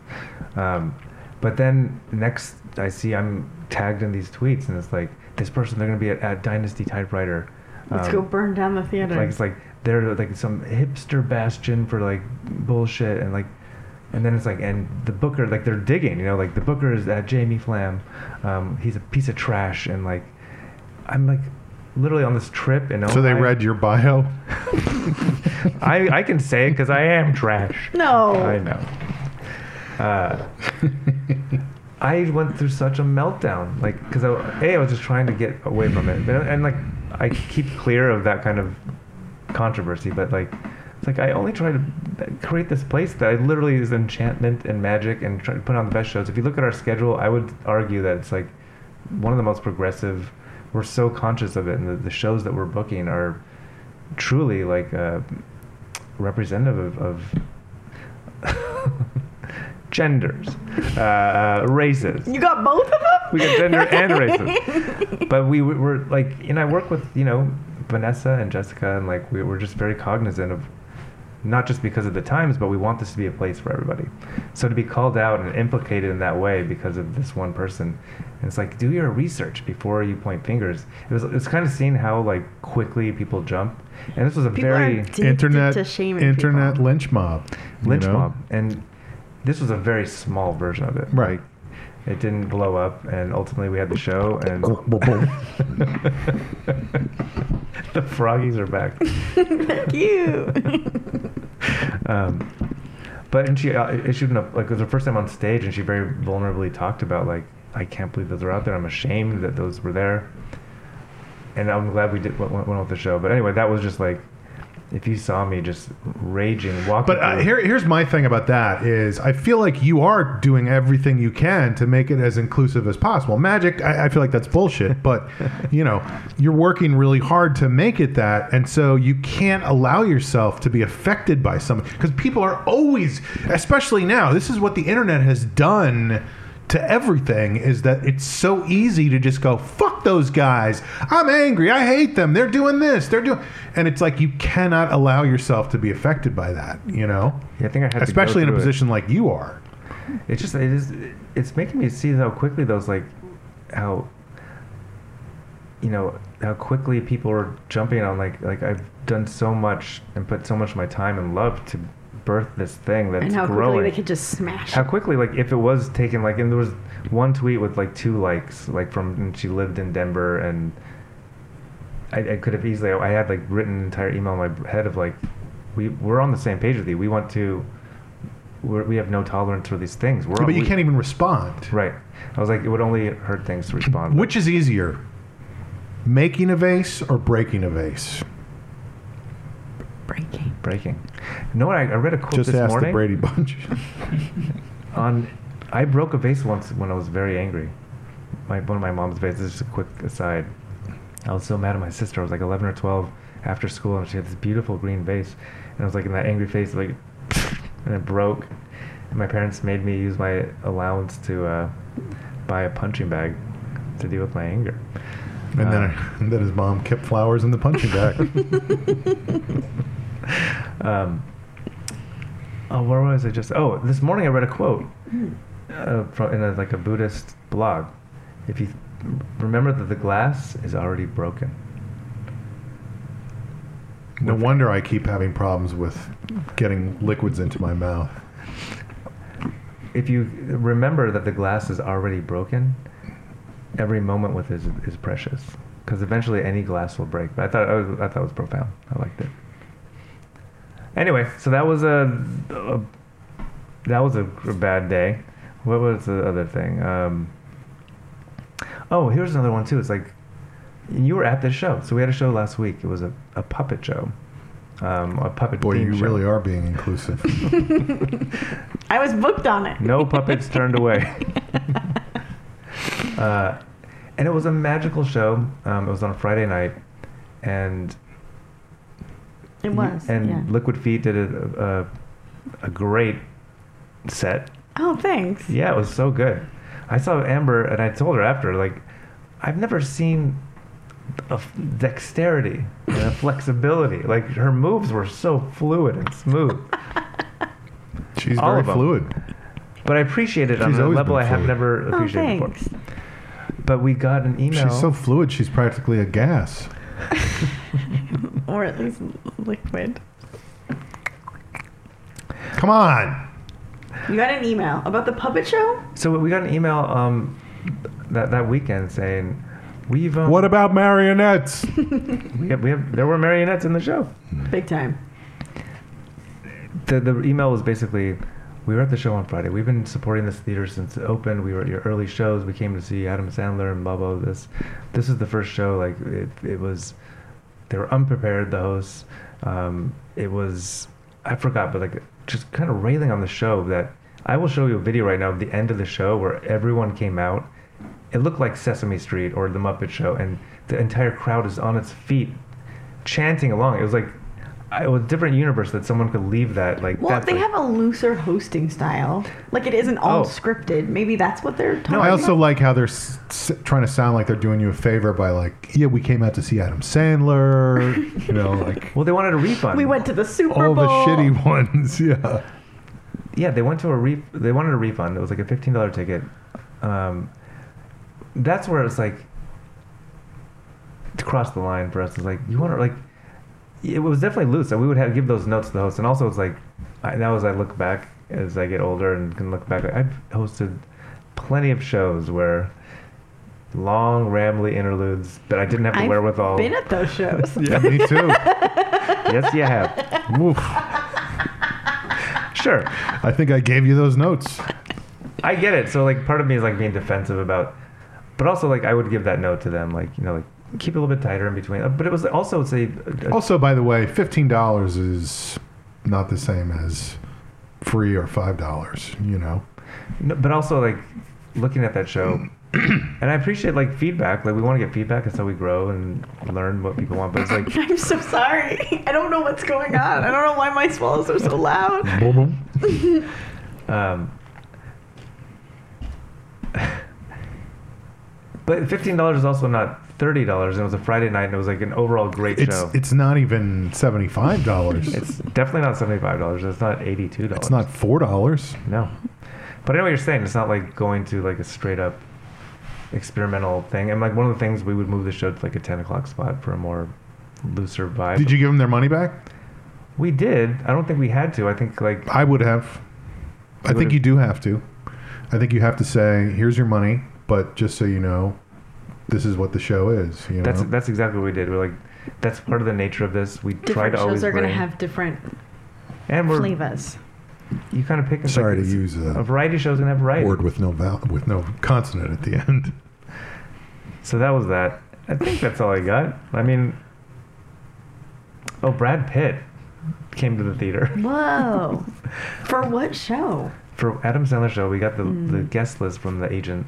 Speaker 4: Um, but then next, I see I'm tagged in these tweets, and it's like this person they're gonna be at, at Dynasty Typewriter.
Speaker 3: Let's
Speaker 4: um,
Speaker 3: go burn down the theater.
Speaker 4: like it's like they're like some hipster bastion for like bullshit and like and then it's like and the booker like they're digging you know like the booker is at jamie flam um, he's a piece of trash and like i'm like literally on this trip and
Speaker 2: So they
Speaker 4: I,
Speaker 2: read your bio?
Speaker 4: (laughs) I, I can say it because i am trash
Speaker 3: (laughs) no.
Speaker 4: I know. Uh, I went through such a meltdown, like, because I, a, I was just trying to get away from it, and, and like, I keep clear of that kind of controversy, but like, it's like I only try to create this place that I literally is enchantment and magic, and try to put on the best shows. If you look at our schedule, I would argue that it's like one of the most progressive. We're so conscious of it, and the, the shows that we're booking are truly like uh, representative of, of (laughs) genders, uh, uh, races.
Speaker 3: You got both of them?
Speaker 4: We got gender
Speaker 3: (laughs)
Speaker 4: and racism. But we w- were like, and I work with, you know, Vanessa and Jessica, and like, we were just very cognizant of not just because of the times, but we want this to be a place for everybody. So to be called out and implicated in that way because of this one person, and it's like, do your research before you point fingers. It was, it's kind of seeing how like quickly people jump. And this was a
Speaker 3: People are
Speaker 4: very
Speaker 3: addicted
Speaker 2: Internet,
Speaker 3: to shaming
Speaker 2: internet
Speaker 3: people.
Speaker 2: lynch mob. you
Speaker 4: lynch
Speaker 2: know?
Speaker 4: mob. And this was a very small version of it.
Speaker 2: Right.
Speaker 4: Like, It didn't blow up, and ultimately we had the show, and the froggies are back.
Speaker 3: Thank you.
Speaker 4: Um, but and she uh, issued an, like it was her first time on stage, and she very vulnerably talked about like I can't believe those are out there. I'm ashamed that those were there, and I'm glad we did went, went went with the show. But anyway, that was just like if you saw me just raging walking.
Speaker 2: But uh,
Speaker 4: through-
Speaker 2: here, here's my thing about that is I feel like you are doing everything you can to make it as inclusive as possible. Magic, I, I feel like that's bullshit, but you know, you're working really hard to make it that, and so you can't allow yourself to be affected by something because people are always, especially now, this is what the internet has done to everything is that it's so easy to just go fuck those guys i'm angry i hate them they're doing this they're doing and it's like you cannot allow yourself to be affected by that you know
Speaker 4: Yeah, I think I had to go
Speaker 2: especially in a
Speaker 4: through it.
Speaker 2: position like you are
Speaker 4: It's just it is it's making me see how quickly those like how you know how quickly people are jumping on like like I've done so much and put so much of my time and love to birth this thing that's
Speaker 3: and how
Speaker 4: growing.
Speaker 3: quickly they could just smash.
Speaker 4: how quickly like if it was taken like and there was one tweet with like two likes like from and she lived in Denver and I, I could have easily I had like written an entire email in my head of like we we're on the same page with you we want to we're, we have no tolerance for these things we're
Speaker 2: but you
Speaker 4: we-
Speaker 2: can't even respond
Speaker 4: Right. I was like, it would only hurt things to respond.
Speaker 2: which is easier making a vase or breaking a vase
Speaker 3: breaking.
Speaker 4: breaking? You know what? I, I read a quote
Speaker 2: just
Speaker 4: this
Speaker 2: ask
Speaker 4: morning
Speaker 2: the brady bunch (laughs)
Speaker 4: on. I broke a vase once when I was very angry. My one of my mom's vases. Just a quick aside. I was so mad at my sister. I was like 11 or 12 after school, and she had this beautiful green vase, and I was like in that angry face, like, (laughs) and it broke. And my parents made me use my allowance to uh, buy a punching bag to deal with my anger.
Speaker 2: and then,
Speaker 4: Uh.
Speaker 2: and then his mom kept flowers in the punching bag
Speaker 4: (laughs) Um, oh, where was I just? Oh, this morning I read a quote uh, from in a, like a Buddhist blog. If you remember that the glass is already broken.
Speaker 2: no wonder i keep having problems with getting liquids into my mouth
Speaker 4: If you remember that the glass is already broken, every moment with it is, is precious. Because eventually any glass will break. But I thought I, was, I thought it was profound. I liked it. Anyway, so that was a, a that was a, a bad day. What was the other thing? Um, oh, here's another one too. It's like you were at this show. So we had a show last week. It was a, a puppet show. Um, a puppet
Speaker 2: boy you
Speaker 4: themed show.
Speaker 2: really are being inclusive
Speaker 3: I was booked on it.
Speaker 4: No puppets
Speaker 2: (laughs)
Speaker 4: turned away. uh, and it was a magical show. Um, it was on a Friday night, and
Speaker 3: It was.
Speaker 4: and
Speaker 3: yeah.
Speaker 4: Liquid Feet did a, a a great set.
Speaker 3: oh, thanks.
Speaker 4: Yeah, it was so good. I saw Amber, and I told her after, like, I've never seen a f- dexterity and a flexibility. Like her moves were so fluid and smooth.
Speaker 2: she's
Speaker 4: All
Speaker 2: very
Speaker 4: of 'em.
Speaker 2: fluid
Speaker 4: But I appreciate it on
Speaker 2: She's
Speaker 4: a
Speaker 2: always
Speaker 4: level
Speaker 2: been
Speaker 4: I have
Speaker 2: fluid.
Speaker 4: never
Speaker 3: Oh,
Speaker 4: appreciated before.
Speaker 3: thanks.
Speaker 4: But we got an email.
Speaker 2: She's so fluid, she's practically a gas.
Speaker 3: Or at least liquid.
Speaker 2: Come on.
Speaker 3: You got an email about the puppet show?
Speaker 4: So we got an email um, that that weekend saying we've um,
Speaker 2: What about marionettes?
Speaker 4: we have, we have there were marionettes in the show.
Speaker 3: Big time.
Speaker 4: The the email was basically we were at the show on Friday. We've been supporting this theater since it opened. We were at your early shows. We came to see Adam Sandler and blah blah. This this is the first show. Like it, it was they were unprepared. The hosts. Um, it was I forgot, but like just kind of railing on the show that I will show you a video right now of the end of the show where everyone came out it looked like Sesame Street or The Muppet Show, and the entire crowd is on its feet, chanting along. It was like I- it was a different universe that someone could leave that like.
Speaker 3: Well,
Speaker 4: that's
Speaker 3: they
Speaker 4: like-
Speaker 3: have a looser hosting style. Like it isn't all
Speaker 4: Oh.
Speaker 3: scripted. Maybe that's what they're talking
Speaker 2: I also
Speaker 3: about.
Speaker 2: like how they're s- s- trying to sound like they're doing you a favor by like, yeah, we came out to see Adam Sandler, you
Speaker 3: (laughs)
Speaker 2: know, like
Speaker 4: Well, they wanted a refund.
Speaker 3: We went to the Super
Speaker 2: all
Speaker 3: Bowl.
Speaker 2: the (laughs) shitty ones. Yeah.
Speaker 4: Yeah, they went to a re- They wanted a refund. It was like a fifteen dollar ticket. Um, that's where it's like to cross the line for us. It's like you want to like. It was definitely loose, and we would have give those notes to the host. And also, it's like I, now as I look back, as I get older and can look back, I've hosted plenty of shows where long, rambly interludes that I didn't have the
Speaker 3: I've
Speaker 4: wherewithal.
Speaker 3: Been at those shows. (laughs)
Speaker 2: Yeah, me too.
Speaker 4: yes, you have.
Speaker 2: Oof.
Speaker 4: sure.
Speaker 2: I think I gave you those notes.
Speaker 4: I get it. So like part of me is like being defensive about, but also like I would give that note to them. Like you know like keep it a little bit tighter in between. Uh, But it was also say uh,
Speaker 2: Also, by the way, fifteen dollars is not the same as free or five dollars. You know,
Speaker 4: no, but also like looking at
Speaker 2: (clears throat)
Speaker 4: that show. And I appreciate like feedback. Like we want to get feedback, that's how we grow and learn what people want. But it's
Speaker 2: (laughs)
Speaker 4: like
Speaker 3: I'm so sorry. I don't know what's going on. I don't know why my swallows are so
Speaker 2: (laughs)
Speaker 3: loud.
Speaker 4: Um, but fifteen dollars is also not thirty dollars, and it was a Friday night, and it was like an overall great
Speaker 2: it's
Speaker 4: show.
Speaker 2: it's not even seventy five
Speaker 3: (laughs)
Speaker 2: dollars. it's,
Speaker 4: It's definitely not seventy-five dollars. It's not eighty-two dollars.
Speaker 2: not four dollars.
Speaker 4: No, but I know what you're saying. It's not like going to like a straight-up experimental thing. And like one of the things we would move the show to like a ten o'clock spot for a more looser vibe.
Speaker 2: Did you give them their money back?
Speaker 4: We did. I don't think we had to. I think like
Speaker 2: I would have. I
Speaker 4: would've-
Speaker 2: think you do have to. I think you have to say, "Here's your money," but just so you know, this is what the show is. You know,
Speaker 4: that's that's exactly what we did. We're like, that's part of the nature of this. We try
Speaker 3: Different
Speaker 4: to always
Speaker 3: shows are going to
Speaker 4: bring-
Speaker 3: have different
Speaker 4: and we're
Speaker 3: flavors.
Speaker 4: you kind of pick. and
Speaker 2: Sorry
Speaker 4: like,
Speaker 2: to
Speaker 4: it's-
Speaker 2: use
Speaker 4: A
Speaker 2: a
Speaker 4: variety show's gonna have variety.
Speaker 2: word with no vowel, with no consonant at the end.
Speaker 4: So that was that. I think that's all I got. I mean, oh, Brad Pitt came to the theater
Speaker 2: (laughs)
Speaker 3: Whoa. For what show?
Speaker 4: for Adam Sandler show. We got the the guest list from the agent,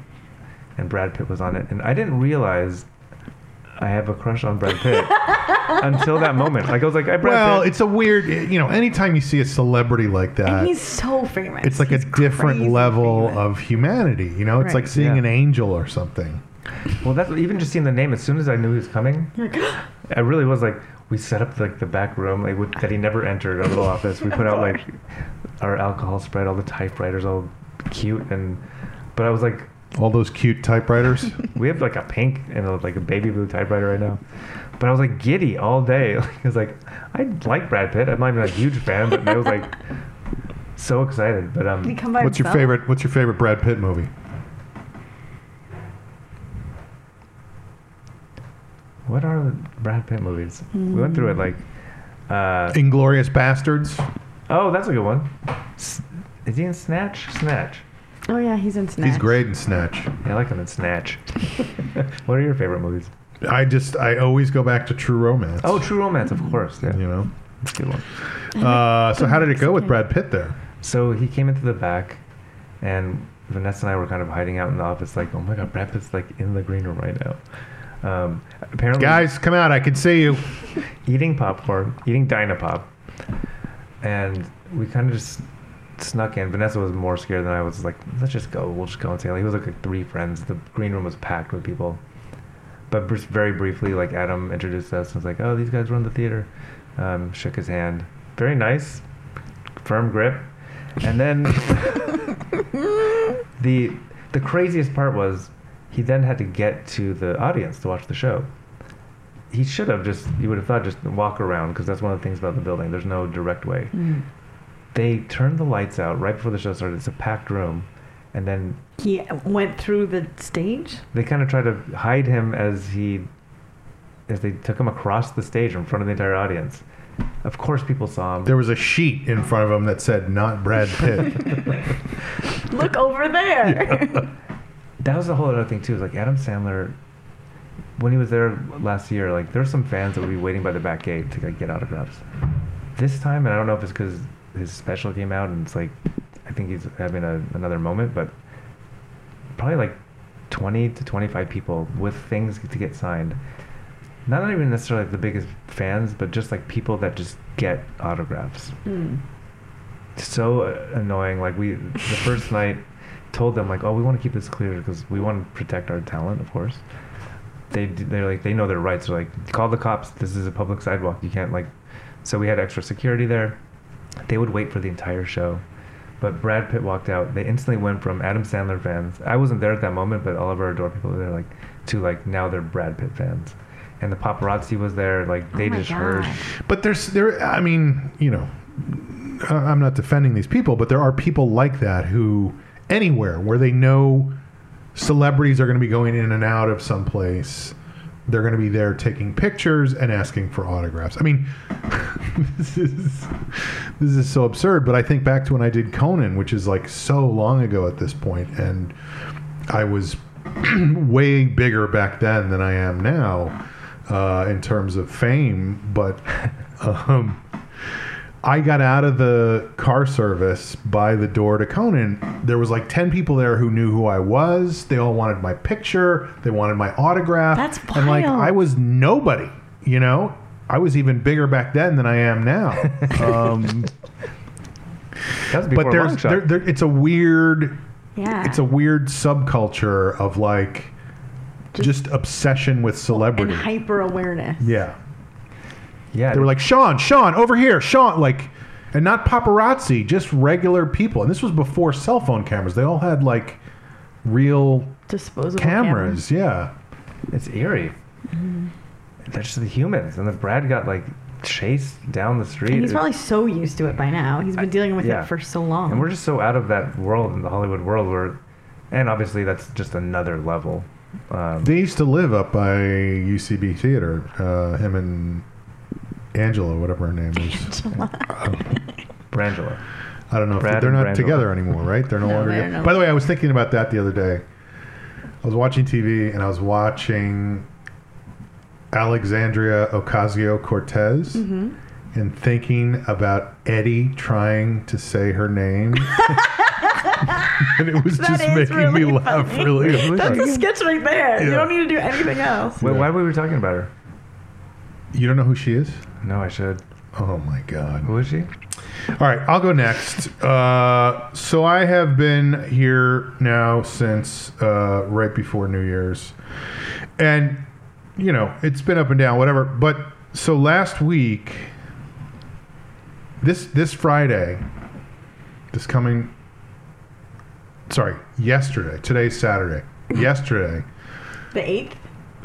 Speaker 4: and Brad Pitt was on it. And I didn't realize I have a crush on Brad Pitt until that moment. Like I was like, I (laughs) Brad
Speaker 2: well,
Speaker 4: Pitt.
Speaker 2: it's a weird, eh, you know, anytime you see a celebrity like that,
Speaker 3: and he's so famous.
Speaker 2: Uh, it's like a
Speaker 3: He's
Speaker 2: different
Speaker 3: crazy
Speaker 2: level
Speaker 3: famous.
Speaker 2: of humanity. You know, it's
Speaker 3: Right.
Speaker 2: like seeing
Speaker 4: Yeah.
Speaker 2: an angel or something.
Speaker 4: Well, that's even just seeing the name. As soon as I knew he was coming, I really was like, we set up like the back room like with, that he never entered our little office. We put out like our alcohol spread, all the typewriters, all cute, and but I was like,
Speaker 2: All those cute typewriters.
Speaker 4: we have like a pink and a, like a baby blue typewriter right now. But I was like giddy all day. (laughs) Like, I was like, I like Brad Pitt. I'm not even a huge fan, but I was like so excited. But
Speaker 3: Did he
Speaker 4: um,
Speaker 3: come (laughs) by
Speaker 2: what's your
Speaker 3: himself?
Speaker 2: favorite? What's your favorite Brad Pitt movie?
Speaker 4: what are the Brad Pitt movies? We went through it like. Uh,
Speaker 2: Inglorious Bastards.
Speaker 4: Oh, that's a good one. S- Is he in Snatch? Snatch.
Speaker 3: Oh, yeah, he's in Snatch.
Speaker 2: He's great in Snatch.
Speaker 4: Yeah, I like him in Snatch. (laughs) what are your favorite movies?
Speaker 2: I just I always go back to True Romance.
Speaker 4: Oh, True Romance, of course. Yeah,
Speaker 2: you know.
Speaker 4: that's a good one.
Speaker 2: Uh, so how did it go with Brad Pitt there?
Speaker 4: So he came into the back, and Vanessa and I were kind of hiding out in the office, like, oh my god, Brad Pitt's like in the green room right now. Um, apparently,
Speaker 2: Guys, come out! I can see you.
Speaker 4: eating popcorn, eating Dynapop, and we kind of just snuck in. Vanessa was more scared than I was. Like, let's just go. We'll just go and say. Like, it was like, like three friends. The green room was packed with people. But just very briefly, like Adam introduced us and was like, "Oh, these guys run the theater." Um, shook his hand. Very nice, firm grip. And then the the craziest part was he then had to get to the audience to watch the show he should have just you would have thought just walk around because that's one of the things about the building there's no direct way
Speaker 3: Hmm.
Speaker 4: they turned the lights out right before the show started it's a packed room and then
Speaker 3: He went through the stage.
Speaker 4: they kind of tried to hide him as he as they took him across the stage in front of the entire audience of course people saw him
Speaker 2: There was a sheet in front of him that said "Not Brad Pitt."
Speaker 3: Look over there. (laughs)
Speaker 4: that was the whole other thing too is like adam sandler when he was there last year like there were some fans that would be waiting by the back gate to like, get autographs this time and i don't know if it's because his special came out and it's like i think he's having a, another moment but probably like 20 to 25 people with things to get signed not even necessarily the biggest fans but just like people that just get autographs
Speaker 3: Hmm.
Speaker 4: so uh, annoying. Like we,
Speaker 3: (laughs)
Speaker 4: the first night, told them like, oh, we want to keep this clear because we want to protect our talent, of course. They d- they're like they know their rights. They're like, call the cops. This is a public sidewalk. You can't like. So we had extra security there. They would wait for the entire show. But Brad Pitt walked out. They instantly went from Adam Sandler fans. I wasn't there at that moment, but all of our door people were there, like, to like now they're Brad Pitt fans, and the paparazzi was there. Like they
Speaker 3: Oh my
Speaker 4: just heard.
Speaker 3: God.
Speaker 2: But there's there. I mean, you know, I- I'm not defending these people, but there are people like that who anywhere where they know celebrities are going to be going in and out of some place, they're going to be (laughs) there taking pictures and asking for autographs. I mean, this is this is so absurd, but I think back to when I did Conan, which is like so long ago at this point, and I was (clears throat) way bigger back then than I am now uh, in terms of fame, but (laughs) um, I got out of the car service by the door to Conan. There was like 10 people there who knew who I was. They all wanted my picture, they wanted my autograph.
Speaker 3: That's
Speaker 2: And like
Speaker 3: wild.
Speaker 2: I was nobody, you know? I was even bigger back then than I am
Speaker 3: (laughs)
Speaker 2: now. Um,
Speaker 4: That's before
Speaker 2: but there's
Speaker 4: long shot.
Speaker 2: there, there, it's a weird
Speaker 3: Yeah.
Speaker 2: it's a weird subculture of like just, obsession with
Speaker 3: and
Speaker 2: celebrity.
Speaker 3: hyper awareness.
Speaker 2: yeah.
Speaker 4: yeah,
Speaker 2: They were like, Sean, Sean, over here, Sean, like, and not paparazzi, just regular people. And this was before cell phone cameras. They all had like real
Speaker 3: Disposable
Speaker 2: cameras. Yeah.
Speaker 4: it's eerie.
Speaker 3: Mm-hmm.
Speaker 4: They're just the humans, and then Brad got like chased down the street.
Speaker 3: And he's
Speaker 4: It-
Speaker 3: probably so used to it by now. He's been dealing with
Speaker 4: yeah.
Speaker 3: it for so long. (laughs)
Speaker 4: And we're just so out of that world in the Hollywood world where, and obviously that's just another level. Um,
Speaker 2: They used to live up by UCB Theater, uh, him and Angela, whatever her name is.
Speaker 4: Brangela.
Speaker 2: I don't know if
Speaker 4: Brad
Speaker 2: they're
Speaker 4: and
Speaker 2: not
Speaker 4: Brando.
Speaker 2: together anymore, right? They're no,
Speaker 3: No,
Speaker 2: longer.
Speaker 3: they're
Speaker 2: together.
Speaker 3: no-
Speaker 2: By the way, I was thinking about that the other day. I was watching TV and I was watching Alexandria Ocasio Cortez
Speaker 3: Mm-hmm.
Speaker 2: and thinking about Eddie trying to say her
Speaker 3: (laughs)
Speaker 2: name. and it was
Speaker 3: That
Speaker 2: just
Speaker 3: is
Speaker 2: making
Speaker 3: really
Speaker 2: me laugh
Speaker 3: funny.
Speaker 2: really hard.
Speaker 3: (laughs) That's a sketch right there. You
Speaker 2: Yeah.
Speaker 3: don't need to do anything else.
Speaker 4: Wait,
Speaker 2: Yeah.
Speaker 4: why were we talking about her?
Speaker 2: You don't know who she is?
Speaker 4: No, I should.
Speaker 2: Oh my God.
Speaker 4: Who is she?
Speaker 2: All right, I'll go next. Uh, so I have been here now since uh, right before New Year's, and you know it's been up and down, whatever. But so last week, this this Friday, this coming, sorry, yesterday. Today's Saturday. yesterday,
Speaker 3: The eighth.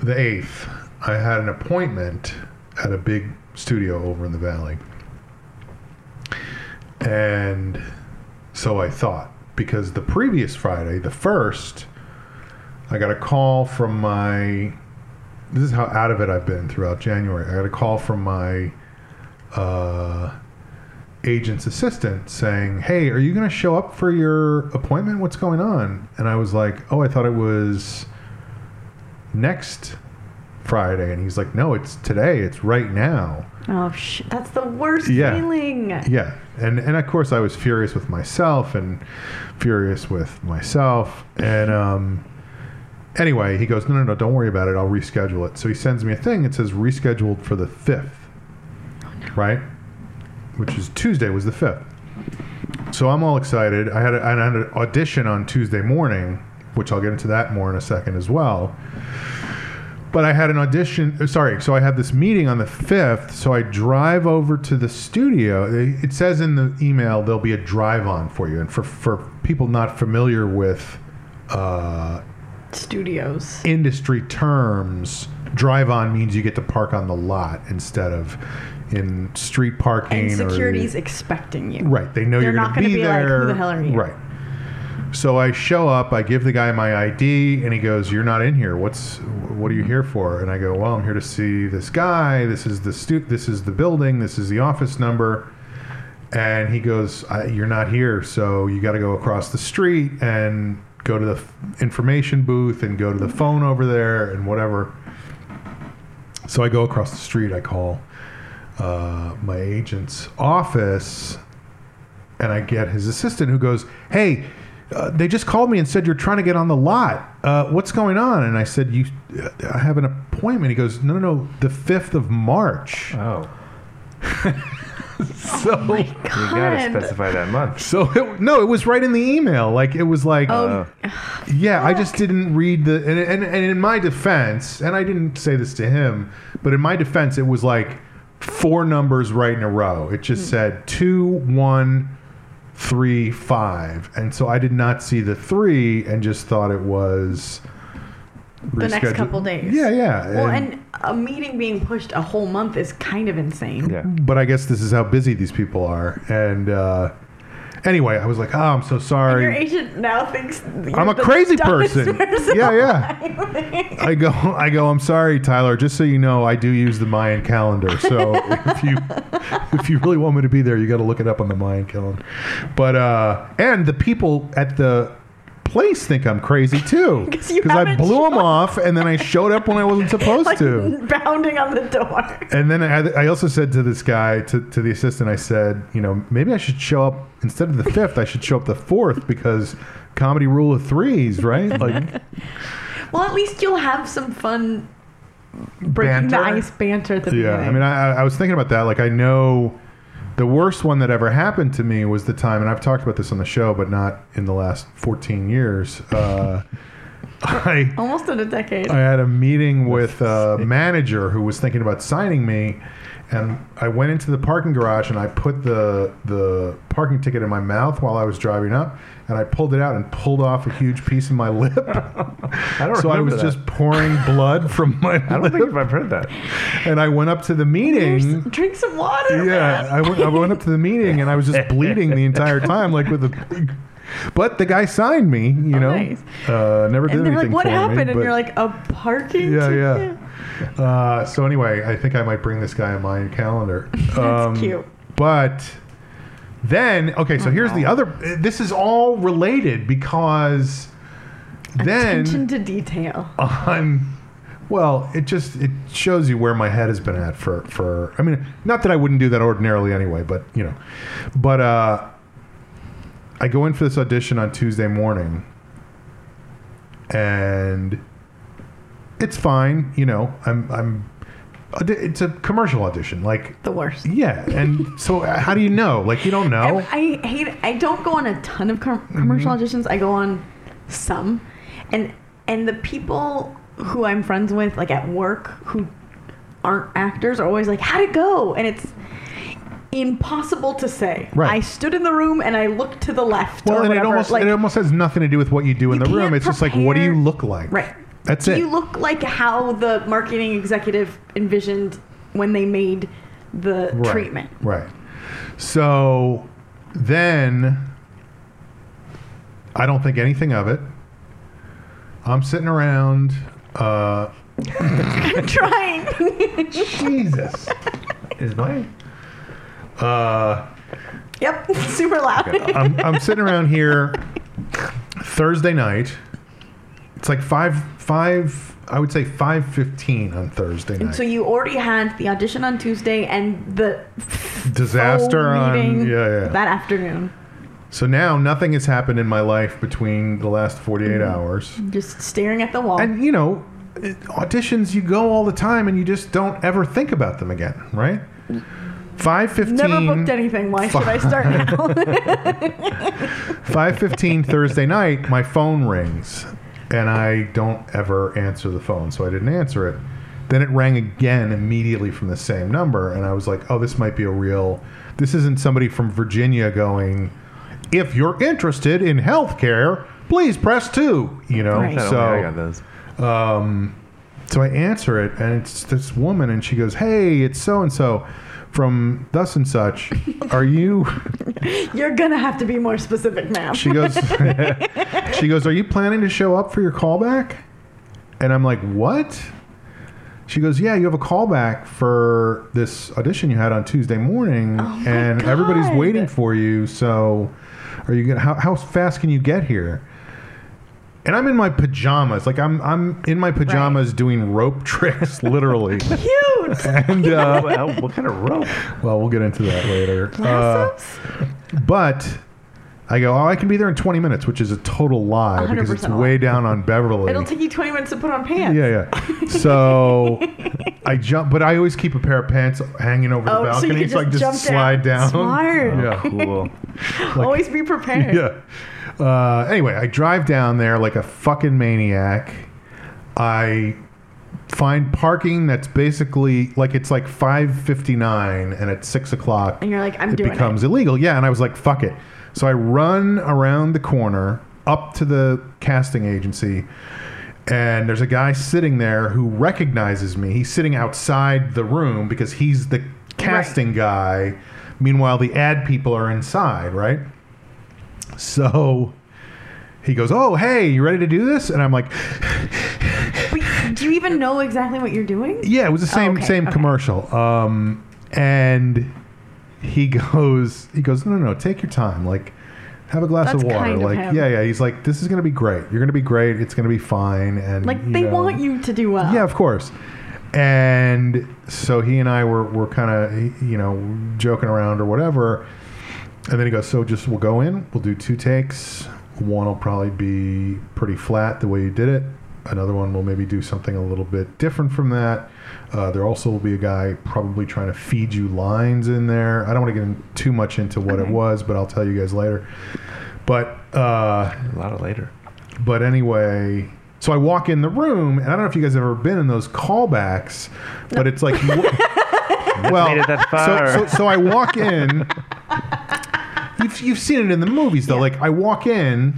Speaker 2: the eighth, I had an appointment at a big studio over in the valley, and so I thought because the previous Friday, the first, I got a call from my. This is how out of it I've been throughout January. I got a call from my uh, agent's assistant saying, "Hey, are you going to show up for your appointment? What's going on?" And I was like, "Oh, I thought it was." next Friday. And he's like, no, it's today. It's right now.
Speaker 3: Oh shit! That's the worst
Speaker 2: Yeah.
Speaker 3: feeling.
Speaker 2: Yeah. And, and of course, I was furious with myself and furious with myself. And um, anyway, he goes, no, no, no, don't worry about it. I'll reschedule it. So he sends me a thing. It says rescheduled for the 5th, right? Which is Tuesday, was the 5th. So I'm all excited. I had, a, I had an audition on Tuesday morning, which I'll get into that more in a second as well. But I had an audition. uh, Sorry, so I had this meeting on the fifth. So I drive over to the studio. They- It says in the email there'll be a drive on for you, and for for people not familiar with uh,
Speaker 3: Studios.
Speaker 2: industry terms, drive on means you get to park on the lot instead of in street parking.
Speaker 3: And
Speaker 2: or-
Speaker 3: security's expecting you.
Speaker 2: Right. They know
Speaker 3: They're
Speaker 2: you're
Speaker 3: not
Speaker 2: going to
Speaker 3: gonna
Speaker 2: be,
Speaker 3: be like,
Speaker 2: there.
Speaker 3: "Who the hell are you?"
Speaker 2: Right. So I show up. I give the guy my ID, and he goes, "You're not in here. What's what are you here for?" And I go, "Well, I'm here to see this guy. This is the stu- This is the building. This is the office number." And he goes, I, "You're not here, so you got to go across the street and go to the f- information booth and go to the phone over there and whatever." So I go across the street. I call uh, my agent's office and I get his assistant who goes, "Hey, uh, they just called me and said you're trying to get on the lot. Uh, what's going on?" And I said, "You, I have an appointment." He goes, "No, no, no, the fifth of March."
Speaker 4: Oh,
Speaker 2: so,
Speaker 4: you
Speaker 3: God.
Speaker 4: gotta specify that month.
Speaker 2: so it, no, it was right in the email. Like it was like,
Speaker 3: Oh,
Speaker 4: Uh,
Speaker 2: yeah, I just didn't read the. And, and and in my defense, and I didn't say this to him, but in my defense, it was like four numbers right in a row. It
Speaker 3: Hmm.
Speaker 2: just said two one. three five and so i did not see the three and just thought it was
Speaker 3: The next
Speaker 2: rescheduled.
Speaker 3: couple days.
Speaker 2: yeah yeah
Speaker 3: Well, and a meeting being pushed a whole month is kind of insane.
Speaker 4: yeah.
Speaker 2: but i guess this is how busy these people are and uh Anyway, I was like, oh, I'm so
Speaker 3: Your
Speaker 2: sorry.
Speaker 3: agent now thinks you're
Speaker 2: I'm a
Speaker 3: the
Speaker 2: crazy
Speaker 3: dumbest
Speaker 2: person.
Speaker 3: (laughs) person
Speaker 2: Yeah, yeah.
Speaker 3: alive.
Speaker 2: I go, I go. I'm sorry, Tyler. Just so you know, I do use the Mayan calendar. So
Speaker 3: (laughs)
Speaker 2: if you if you really want me to be there, you got to look it up on the Mayan calendar. But uh, and the people at the place think I'm crazy too
Speaker 3: (laughs) 'Cause you
Speaker 2: I
Speaker 3: haven't
Speaker 2: blew them
Speaker 3: shown-
Speaker 2: off, and then I showed up when I wasn't supposed
Speaker 3: (laughs) like
Speaker 2: to.
Speaker 3: pounding on the door.
Speaker 2: And then I, I also said to this guy, to, to the assistant, I said, you know, maybe I should show up instead of the fifth, I should show up the fourth because comedy rule of threes,
Speaker 3: (laughs)
Speaker 2: right? Like,
Speaker 3: Well, at least you'll have some fun breaking
Speaker 2: Banter?
Speaker 3: the ice banter at the
Speaker 2: yeah.
Speaker 3: beginning.
Speaker 2: I mean, I, I- I was thinking about that. Like, I know the worst one that ever happened to me was the time, and I've talked about this on the show, but not in the last 14 years. Uh, (laughs) I.
Speaker 3: almost in a decade.
Speaker 2: I had a meeting with a manager who was thinking about signing me, and I went into the parking garage and I put the the parking ticket in my mouth while I was driving up, and I pulled it out and pulled off a huge piece of my (laughs) lip.
Speaker 4: I don't
Speaker 2: so I
Speaker 4: remember
Speaker 2: was
Speaker 4: that.
Speaker 2: just pouring blood from my
Speaker 4: I don't
Speaker 2: lip, (laughs)
Speaker 4: think I've heard that.
Speaker 2: and I went up to the
Speaker 3: Here's-
Speaker 2: meeting.
Speaker 3: drink some water.
Speaker 2: Yeah, I went, I went up to the meeting and I was just bleeding the entire time, like with a. But the guy signed me, you
Speaker 3: Oh,
Speaker 2: know.
Speaker 3: nice.
Speaker 2: Uh, never did
Speaker 3: And they're
Speaker 2: anything
Speaker 3: like, "What
Speaker 2: for me,
Speaker 3: happened?" and
Speaker 2: but-
Speaker 3: you're like, "A parking
Speaker 2: yeah,
Speaker 3: ticket."
Speaker 2: yeah. Uh, so anyway, I think I might bring this guy on my
Speaker 3: (laughs)
Speaker 2: calendar. Um,
Speaker 3: cute. Oh,
Speaker 2: But then, okay, so here's the other. This is all related because
Speaker 3: Attention
Speaker 2: Um, then
Speaker 3: to detail.
Speaker 2: on. Well, it just it shows you where my head has been at for for. I mean, not that I wouldn't do that ordinarily anyway, but you know, but uh, I go in for this audition on Tuesday morning, and it's fine. You know, I'm I'm. audi- It's a commercial audition, like
Speaker 3: The worst.
Speaker 2: yeah.
Speaker 3: (laughs)
Speaker 2: And so, uh, how do you know? Like you don't know.
Speaker 3: I, I hate. I don't go on a ton of com-
Speaker 2: Mm-hmm.
Speaker 3: commercial auditions. I go on some, and and the people who I'm friends with, like at work, who aren't actors, are always like, "How'd it go?" And it's impossible to say.
Speaker 2: Right.
Speaker 3: I stood in the room and I looked to the left.
Speaker 2: Well,
Speaker 3: or
Speaker 2: and it
Speaker 3: whatever,
Speaker 2: almost
Speaker 3: like,
Speaker 2: it almost has nothing to do with what you do in
Speaker 3: You
Speaker 2: the room.
Speaker 3: can't
Speaker 2: It's just like what do you
Speaker 3: prepare-
Speaker 2: look like?
Speaker 3: Right.
Speaker 2: That's
Speaker 3: Do
Speaker 2: it.
Speaker 3: you look like how the marketing executive envisioned when they made the
Speaker 2: Right,
Speaker 3: treatment? (laughs)
Speaker 2: Right. So then I don't think anything of it. I'm sitting around. Uh,
Speaker 3: I'm trying. (laughs)
Speaker 2: Jesus.
Speaker 4: Is mine?
Speaker 2: Uh,
Speaker 3: yep, (laughs) super loud.
Speaker 2: I'm, I'm sitting around here Thursday night. It's like five five. I would say five fifteen on Thursday night.
Speaker 3: So you already had the audition on Tuesday and the
Speaker 2: Disaster
Speaker 3: full
Speaker 2: on
Speaker 3: meeting
Speaker 2: yeah yeah.
Speaker 3: that afternoon.
Speaker 2: so now nothing has happened in my life between the last forty
Speaker 3: Mm-hmm.
Speaker 2: hours.
Speaker 3: Just staring at the wall.
Speaker 2: and you know it- auditions you go all the time and you just don't ever think about them again right 515
Speaker 3: Never booked anything. Why should I start now? (laughs)
Speaker 2: 515 thursday night my phone rings and i don't ever answer the phone so i didn't answer it then it rang again immediately from the same number and i was like oh this might be a real this isn't somebody from virginia going if you're interested in healthcare please press 2 you know
Speaker 3: Right.
Speaker 4: I
Speaker 2: so
Speaker 4: don't think I got those.
Speaker 2: So I answer it, and it's this woman, and she goes, "Hey, it's so and so from thus and such. Are you?" (laughs)
Speaker 3: You're gonna have to be more specific, ma'am.
Speaker 2: She goes, (laughs) "She goes, are you planning to show up for your callback?" And I'm like, "What?" She goes, "Yeah, you have a callback for this audition you had on Tuesday morning,
Speaker 3: Oh my
Speaker 2: and everybody's
Speaker 3: God.
Speaker 2: waiting for you. So, are you gonna? How, how fast can you get here?" And I'm in my pajamas, like I'm I'm in my pajamas doing rope (laughs) tricks, literally.
Speaker 3: Cute.
Speaker 2: and uh,
Speaker 4: Well, what kind of rope?
Speaker 2: Well, we'll get into that later. (laughs) Uh,
Speaker 3: Lassos?
Speaker 2: but I go, oh, I can be there in 20 minutes, which is a total lie because it's
Speaker 3: 100% lie.
Speaker 2: way down on Beverly.
Speaker 3: It'll take you 20 minutes to put on pants.
Speaker 2: yeah, yeah. So I jump, but I always keep a pair of pants hanging over
Speaker 3: Oh,
Speaker 2: the
Speaker 3: so you
Speaker 2: balcony,
Speaker 3: can
Speaker 2: so, I
Speaker 3: just
Speaker 2: just
Speaker 3: jump
Speaker 2: slide down.
Speaker 3: down. Smart.
Speaker 2: (laughs) Yeah.
Speaker 4: Cool.
Speaker 3: Always be prepared.
Speaker 2: yeah. Uh, anyway, I drive down there like a fucking maniac. I find parking that's basically like it's like 5.59 and at 6 o'clock
Speaker 3: And you're like, I'm
Speaker 2: it
Speaker 3: doing
Speaker 2: becomes illegal. Yeah, and I was like, fuck it. So I run around the corner up to the casting agency, and there's a guy sitting there who recognizes me. He's sitting outside the room because he's the casting guy. Meanwhile, the ad people are inside, right? So he goes, "Oh, hey, you ready to do this?" And I'm like,
Speaker 3: But do you even know exactly what you're doing?
Speaker 2: Yeah, it was the
Speaker 3: Oh,
Speaker 2: same
Speaker 3: okay,
Speaker 2: same
Speaker 3: okay.
Speaker 2: commercial. Um, and he (laughs) goes, he goes, no, no, no, take your time. Like, have a glass
Speaker 3: That's
Speaker 2: of water.
Speaker 3: kind of
Speaker 2: like,
Speaker 3: him.
Speaker 2: yeah, yeah. He's like, this is gonna be great. You're gonna be great. It's gonna be fine. And
Speaker 3: Like they
Speaker 2: know.
Speaker 3: want you to do well.
Speaker 2: Yeah, of course. And so he and I were, were kind of, you know, joking around or whatever. And then he goes, so just we'll go in, we'll do two takes. One will probably be pretty flat the way you did it. Another one will maybe do something a little bit different from that. Uh, there also will be a guy probably trying to feed you lines in there. I don't want to get in too much into what it
Speaker 3: Okay.
Speaker 2: was, but I'll tell you guys later. But uh,
Speaker 4: A lot of later.
Speaker 2: but anyway, so I walk in the room, and I don't know if you guys have ever been in those callbacks, but it's
Speaker 4: (laughs)
Speaker 2: like, you-
Speaker 4: Made
Speaker 2: well,
Speaker 4: it that far.
Speaker 2: so, so, so I walk in. You've, you've seen it in the movies though. Like I walk in,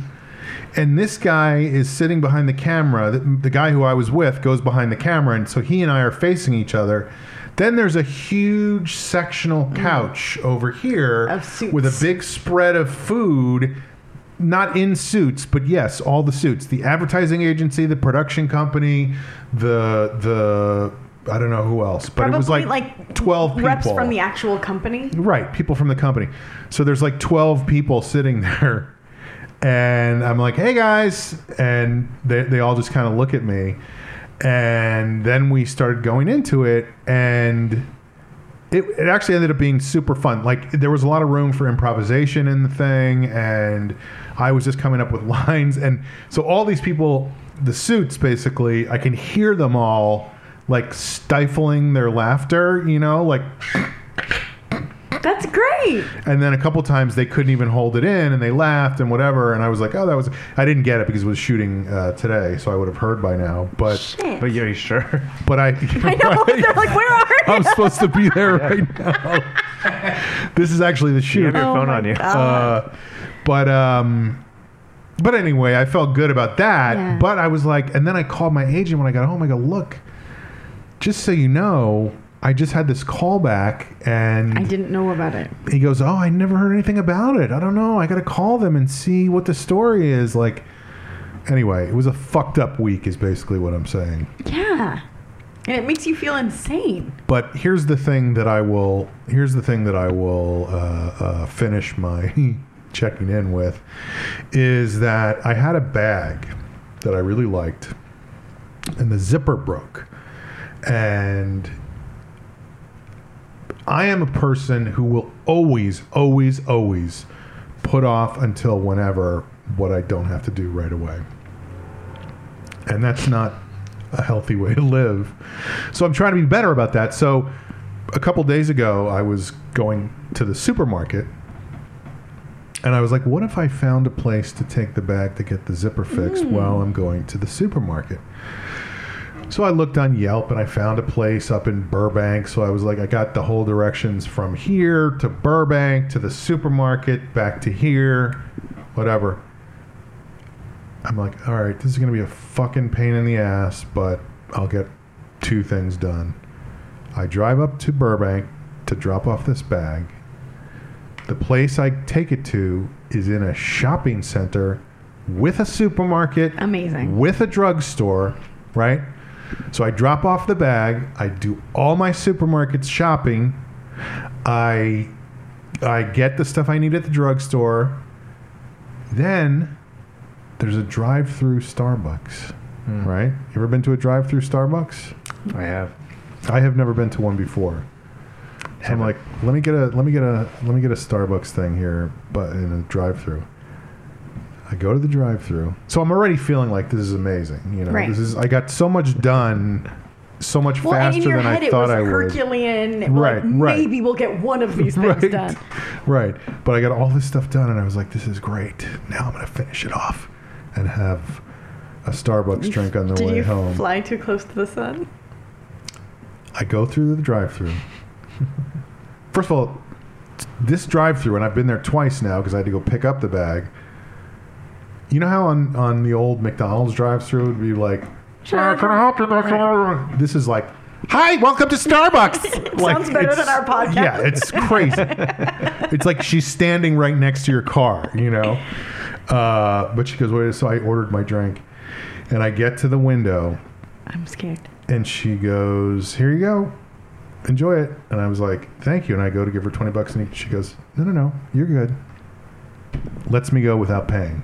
Speaker 2: and this guy is sitting behind the camera. The, the guy who I was with goes behind the camera, and so he and I are facing each other. Then there's a huge sectional
Speaker 4: Mm.
Speaker 2: couch over here
Speaker 3: Of suits.
Speaker 2: with a big spread of food. Not in suits, but yes, all the suits. The advertising agency, the production company, the the I don't know who else, but it was
Speaker 3: Probably
Speaker 2: like,
Speaker 3: like
Speaker 2: twelve
Speaker 3: reps
Speaker 2: people
Speaker 3: from the actual company.
Speaker 2: Right, people from the company. So there's like 12 people sitting (laughs) there. And I'm like, hey guys. And they, they all just kind of look at me. And then we started going into it. And it, it actually ended up being super fun. Like, there was a lot of room for improvisation in the thing. And I was just coming up with (laughs) lines. And so all these people, the suits basically, I can hear them all like stifling their laughter, you know, like
Speaker 3: That's great.
Speaker 2: and then a couple times they couldn't even hold it in and they laughed and whatever and i was like oh that was i didn't get it because it was shooting uh, today so i would have heard by now but
Speaker 3: Shit.
Speaker 4: But you're sure?
Speaker 2: but i
Speaker 3: (laughs) I know. (laughs) They're like, where are you?
Speaker 2: (laughs) i'm supposed to be there right now (laughs) this is actually the
Speaker 4: You
Speaker 2: shoot
Speaker 4: have your
Speaker 3: Oh
Speaker 4: phone
Speaker 3: my
Speaker 4: on you.
Speaker 3: God.
Speaker 2: uh, but um but anyway i felt good about that
Speaker 3: Yeah.
Speaker 2: but i was like and then i called my agent when i got home i go look just so you know i just had this callback and
Speaker 3: I didn't know about it.
Speaker 2: he goes, "Oh, I never heard anything about it. I don't know. I got to call them and see what the story is." Like anyway, it was a fucked up week is basically what I'm saying.
Speaker 3: Yeah. And it makes you feel insane.
Speaker 2: But here's the thing that I will here's the thing that I will uh, uh, finish my (laughs) checking in with is that I had a bag that I really liked and the zipper broke. And I am a person who will always, always, always put off until whenever what I don't have to do right away. And that's not a healthy way to live. So I'm trying to be better about that. So a couple days ago, I was going to the supermarket and I was like, what if I found a place to take the bag to get the zipper fixed while I'm going to the supermarket? So I looked on Yelp and I found a place up in Burbank. So I was like, I got the whole directions from here to Burbank to the supermarket, back to here, whatever. I'm like, all right, this is going to be a fucking pain in the ass, but I'll get two things done. I drive up to Burbank to drop off this bag. The place I take it to is in a shopping center with a supermarket
Speaker 3: Amazing.
Speaker 2: with a drugstore, right? So I drop off the bag. I do all my supermarket shopping. I I get the stuff I need at the drugstore. Then there's a drive-through Starbucks, right? You ever been to a drive-through Starbucks?
Speaker 4: I have.
Speaker 2: I have never been to one before. So I'm
Speaker 4: Haven't.
Speaker 2: like, let me get a let me get a let me get a Starbucks thing here, but in a drive-through. I go to the drive-through, so I'm already feeling like this is amazing. You know,
Speaker 3: Right.
Speaker 2: this is I got so much done, so much
Speaker 3: Well, and in
Speaker 2: faster
Speaker 3: your
Speaker 2: than
Speaker 3: head,
Speaker 2: I
Speaker 3: it
Speaker 2: thought
Speaker 3: was
Speaker 2: I would.
Speaker 3: Herculean. Right,
Speaker 2: Right, right.
Speaker 3: Maybe we'll get one of these things
Speaker 2: Right.
Speaker 3: done.
Speaker 2: Right, but I got all this stuff done, and I was like, this is great. Now I'm gonna finish it off, and have a Starbucks drink on the
Speaker 3: Did
Speaker 2: way
Speaker 3: you
Speaker 2: home.
Speaker 3: fly too close to the (laughs) sun?
Speaker 2: I go through the drive-through. First of all, t- this drive-through, and I've been there twice now because I had to go pick up the bag. You know how on, on the old McDonald's drive-through it would be like, "Uh, "Can I help you?" This is like
Speaker 1: Hi, welcome to Starbucks.
Speaker 3: It (laughs) sounds better
Speaker 2: it's-
Speaker 3: than our podcast.
Speaker 2: Yeah, it's crazy.
Speaker 3: (laughs)
Speaker 2: it's like she's standing right next to your car, you know. Uh, but she goes, "Wait." So I ordered my drink, and I get to the window,
Speaker 3: I'm scared.
Speaker 2: and she goes, "Here you go, enjoy it." And I was like, "Thank you." And I go to give her twenty bucks, and she goes, "No, no, no, you're good." Lets me go without paying,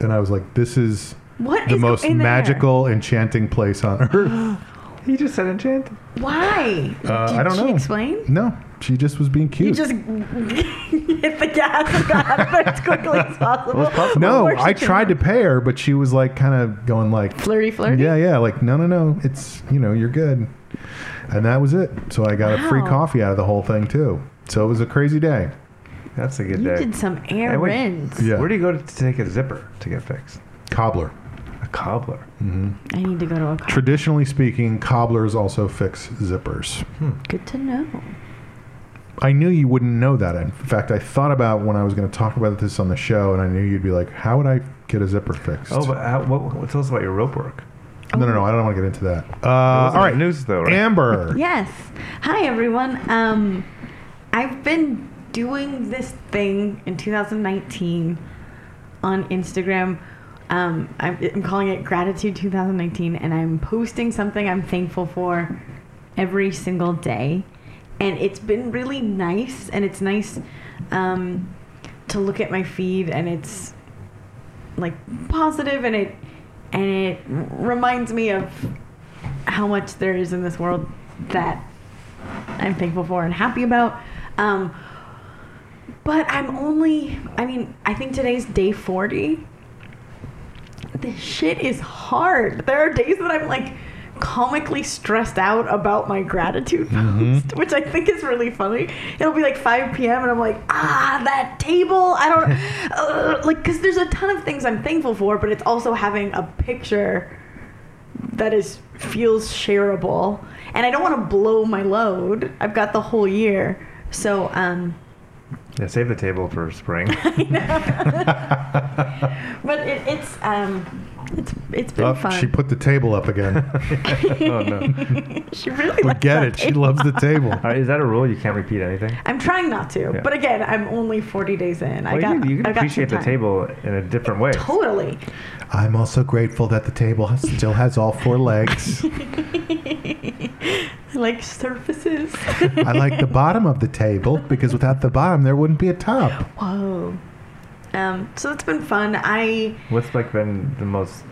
Speaker 2: and I was like, "This is."
Speaker 3: What
Speaker 2: The
Speaker 3: is
Speaker 2: most
Speaker 3: in there?
Speaker 2: magical, enchanting place on
Speaker 3: (gasps)
Speaker 2: earth.
Speaker 4: He just said enchanted.
Speaker 3: Why?
Speaker 2: Uh,
Speaker 3: Did
Speaker 2: I don't
Speaker 3: she
Speaker 2: know.
Speaker 3: Explain.
Speaker 2: no, she just was being cute.
Speaker 3: You just (laughs) hit the gas and got out of there as
Speaker 2: (laughs)
Speaker 3: quickly as possible.
Speaker 2: (laughs) No,
Speaker 3: Before she
Speaker 2: I
Speaker 3: came
Speaker 2: tried to
Speaker 3: out.
Speaker 2: pay her, but she was like kind of going like,
Speaker 3: Flirty, flirty.
Speaker 2: yeah, yeah, like no, no, no, it's you know you're good, and that was it. So I got a free
Speaker 3: Wow.
Speaker 2: coffee out of the whole thing too. So it was a crazy day.
Speaker 4: That's a good
Speaker 3: You
Speaker 4: day.
Speaker 3: did some
Speaker 4: I would-
Speaker 3: errands.
Speaker 2: Yeah,
Speaker 4: Where do you go to, to take a zipper to get fixed?
Speaker 2: cobbler. Mm-hmm.
Speaker 4: A cobbler.
Speaker 3: I need to go to a car.
Speaker 2: Traditionally speaking, cobblers also fix zippers.
Speaker 4: Hmm.
Speaker 3: Good to know.
Speaker 2: I knew you wouldn't know that. In fact, I thought about when I was going to talk about this on the show, and I knew you'd be like, "How would I get a zipper fixed?"
Speaker 4: Oh, but how, what, what, tell us about your rope work.
Speaker 2: no, no, no. I don't want to get into that. Uh,
Speaker 4: That
Speaker 2: all
Speaker 4: wasn't
Speaker 2: right,
Speaker 4: News though, right? (laughs)
Speaker 2: Amber.
Speaker 3: Yes. Hi, everyone. Um, I've been doing this thing in 2019 on Instagram. Um, I'm, I'm calling it Gratitude 2019, and I'm posting something I'm thankful for every single day. And it's been really nice, and it's nice um, to look at my feed, and it's like positive, and it and it reminds me of how much there is in this world that I'm thankful for and happy about. Um, but I'm only, I mean, I think today's day 40. This shit is hard. There are days that I'm like comically stressed out about my gratitude post, which I think is really funny. It'll be like 5 p.m. and I'm like, ah, that table.
Speaker 2: (laughs)
Speaker 3: I don't, uh, like, because there's a ton of things I'm thankful for, but it's also having a picture that is feels shareable and i don't want to blow my load i've got the whole year so um (laughs)
Speaker 4: Yeah, save the table for spring. (laughs)
Speaker 3: but it, it's um it's it's been
Speaker 2: Oh,
Speaker 3: fun
Speaker 2: she
Speaker 3: (laughs)
Speaker 2: put (laughs) the table up again.
Speaker 4: (laughs) oh no.
Speaker 3: She really
Speaker 2: We
Speaker 3: likes
Speaker 2: get
Speaker 3: that
Speaker 2: it. She
Speaker 3: table.
Speaker 2: loves the
Speaker 4: (laughs)
Speaker 2: table.
Speaker 4: All right, is that a rule? You can't repeat anything.
Speaker 3: i'm trying not to
Speaker 4: Yeah.
Speaker 3: but again i'm only 40 days in i
Speaker 4: Well,
Speaker 3: got
Speaker 4: you, can- you can
Speaker 3: I got some
Speaker 4: appreciate the
Speaker 3: time.
Speaker 4: table in a different way.
Speaker 3: totally (laughs)
Speaker 2: I'm also grateful that the table has- still has all four legs.
Speaker 3: I like
Speaker 4: (laughs)
Speaker 3: surfaces
Speaker 2: I like the bottom of the table because without the bottom, there wouldn't be a top.
Speaker 3: whoa um so it's been fun i
Speaker 4: What's like been the most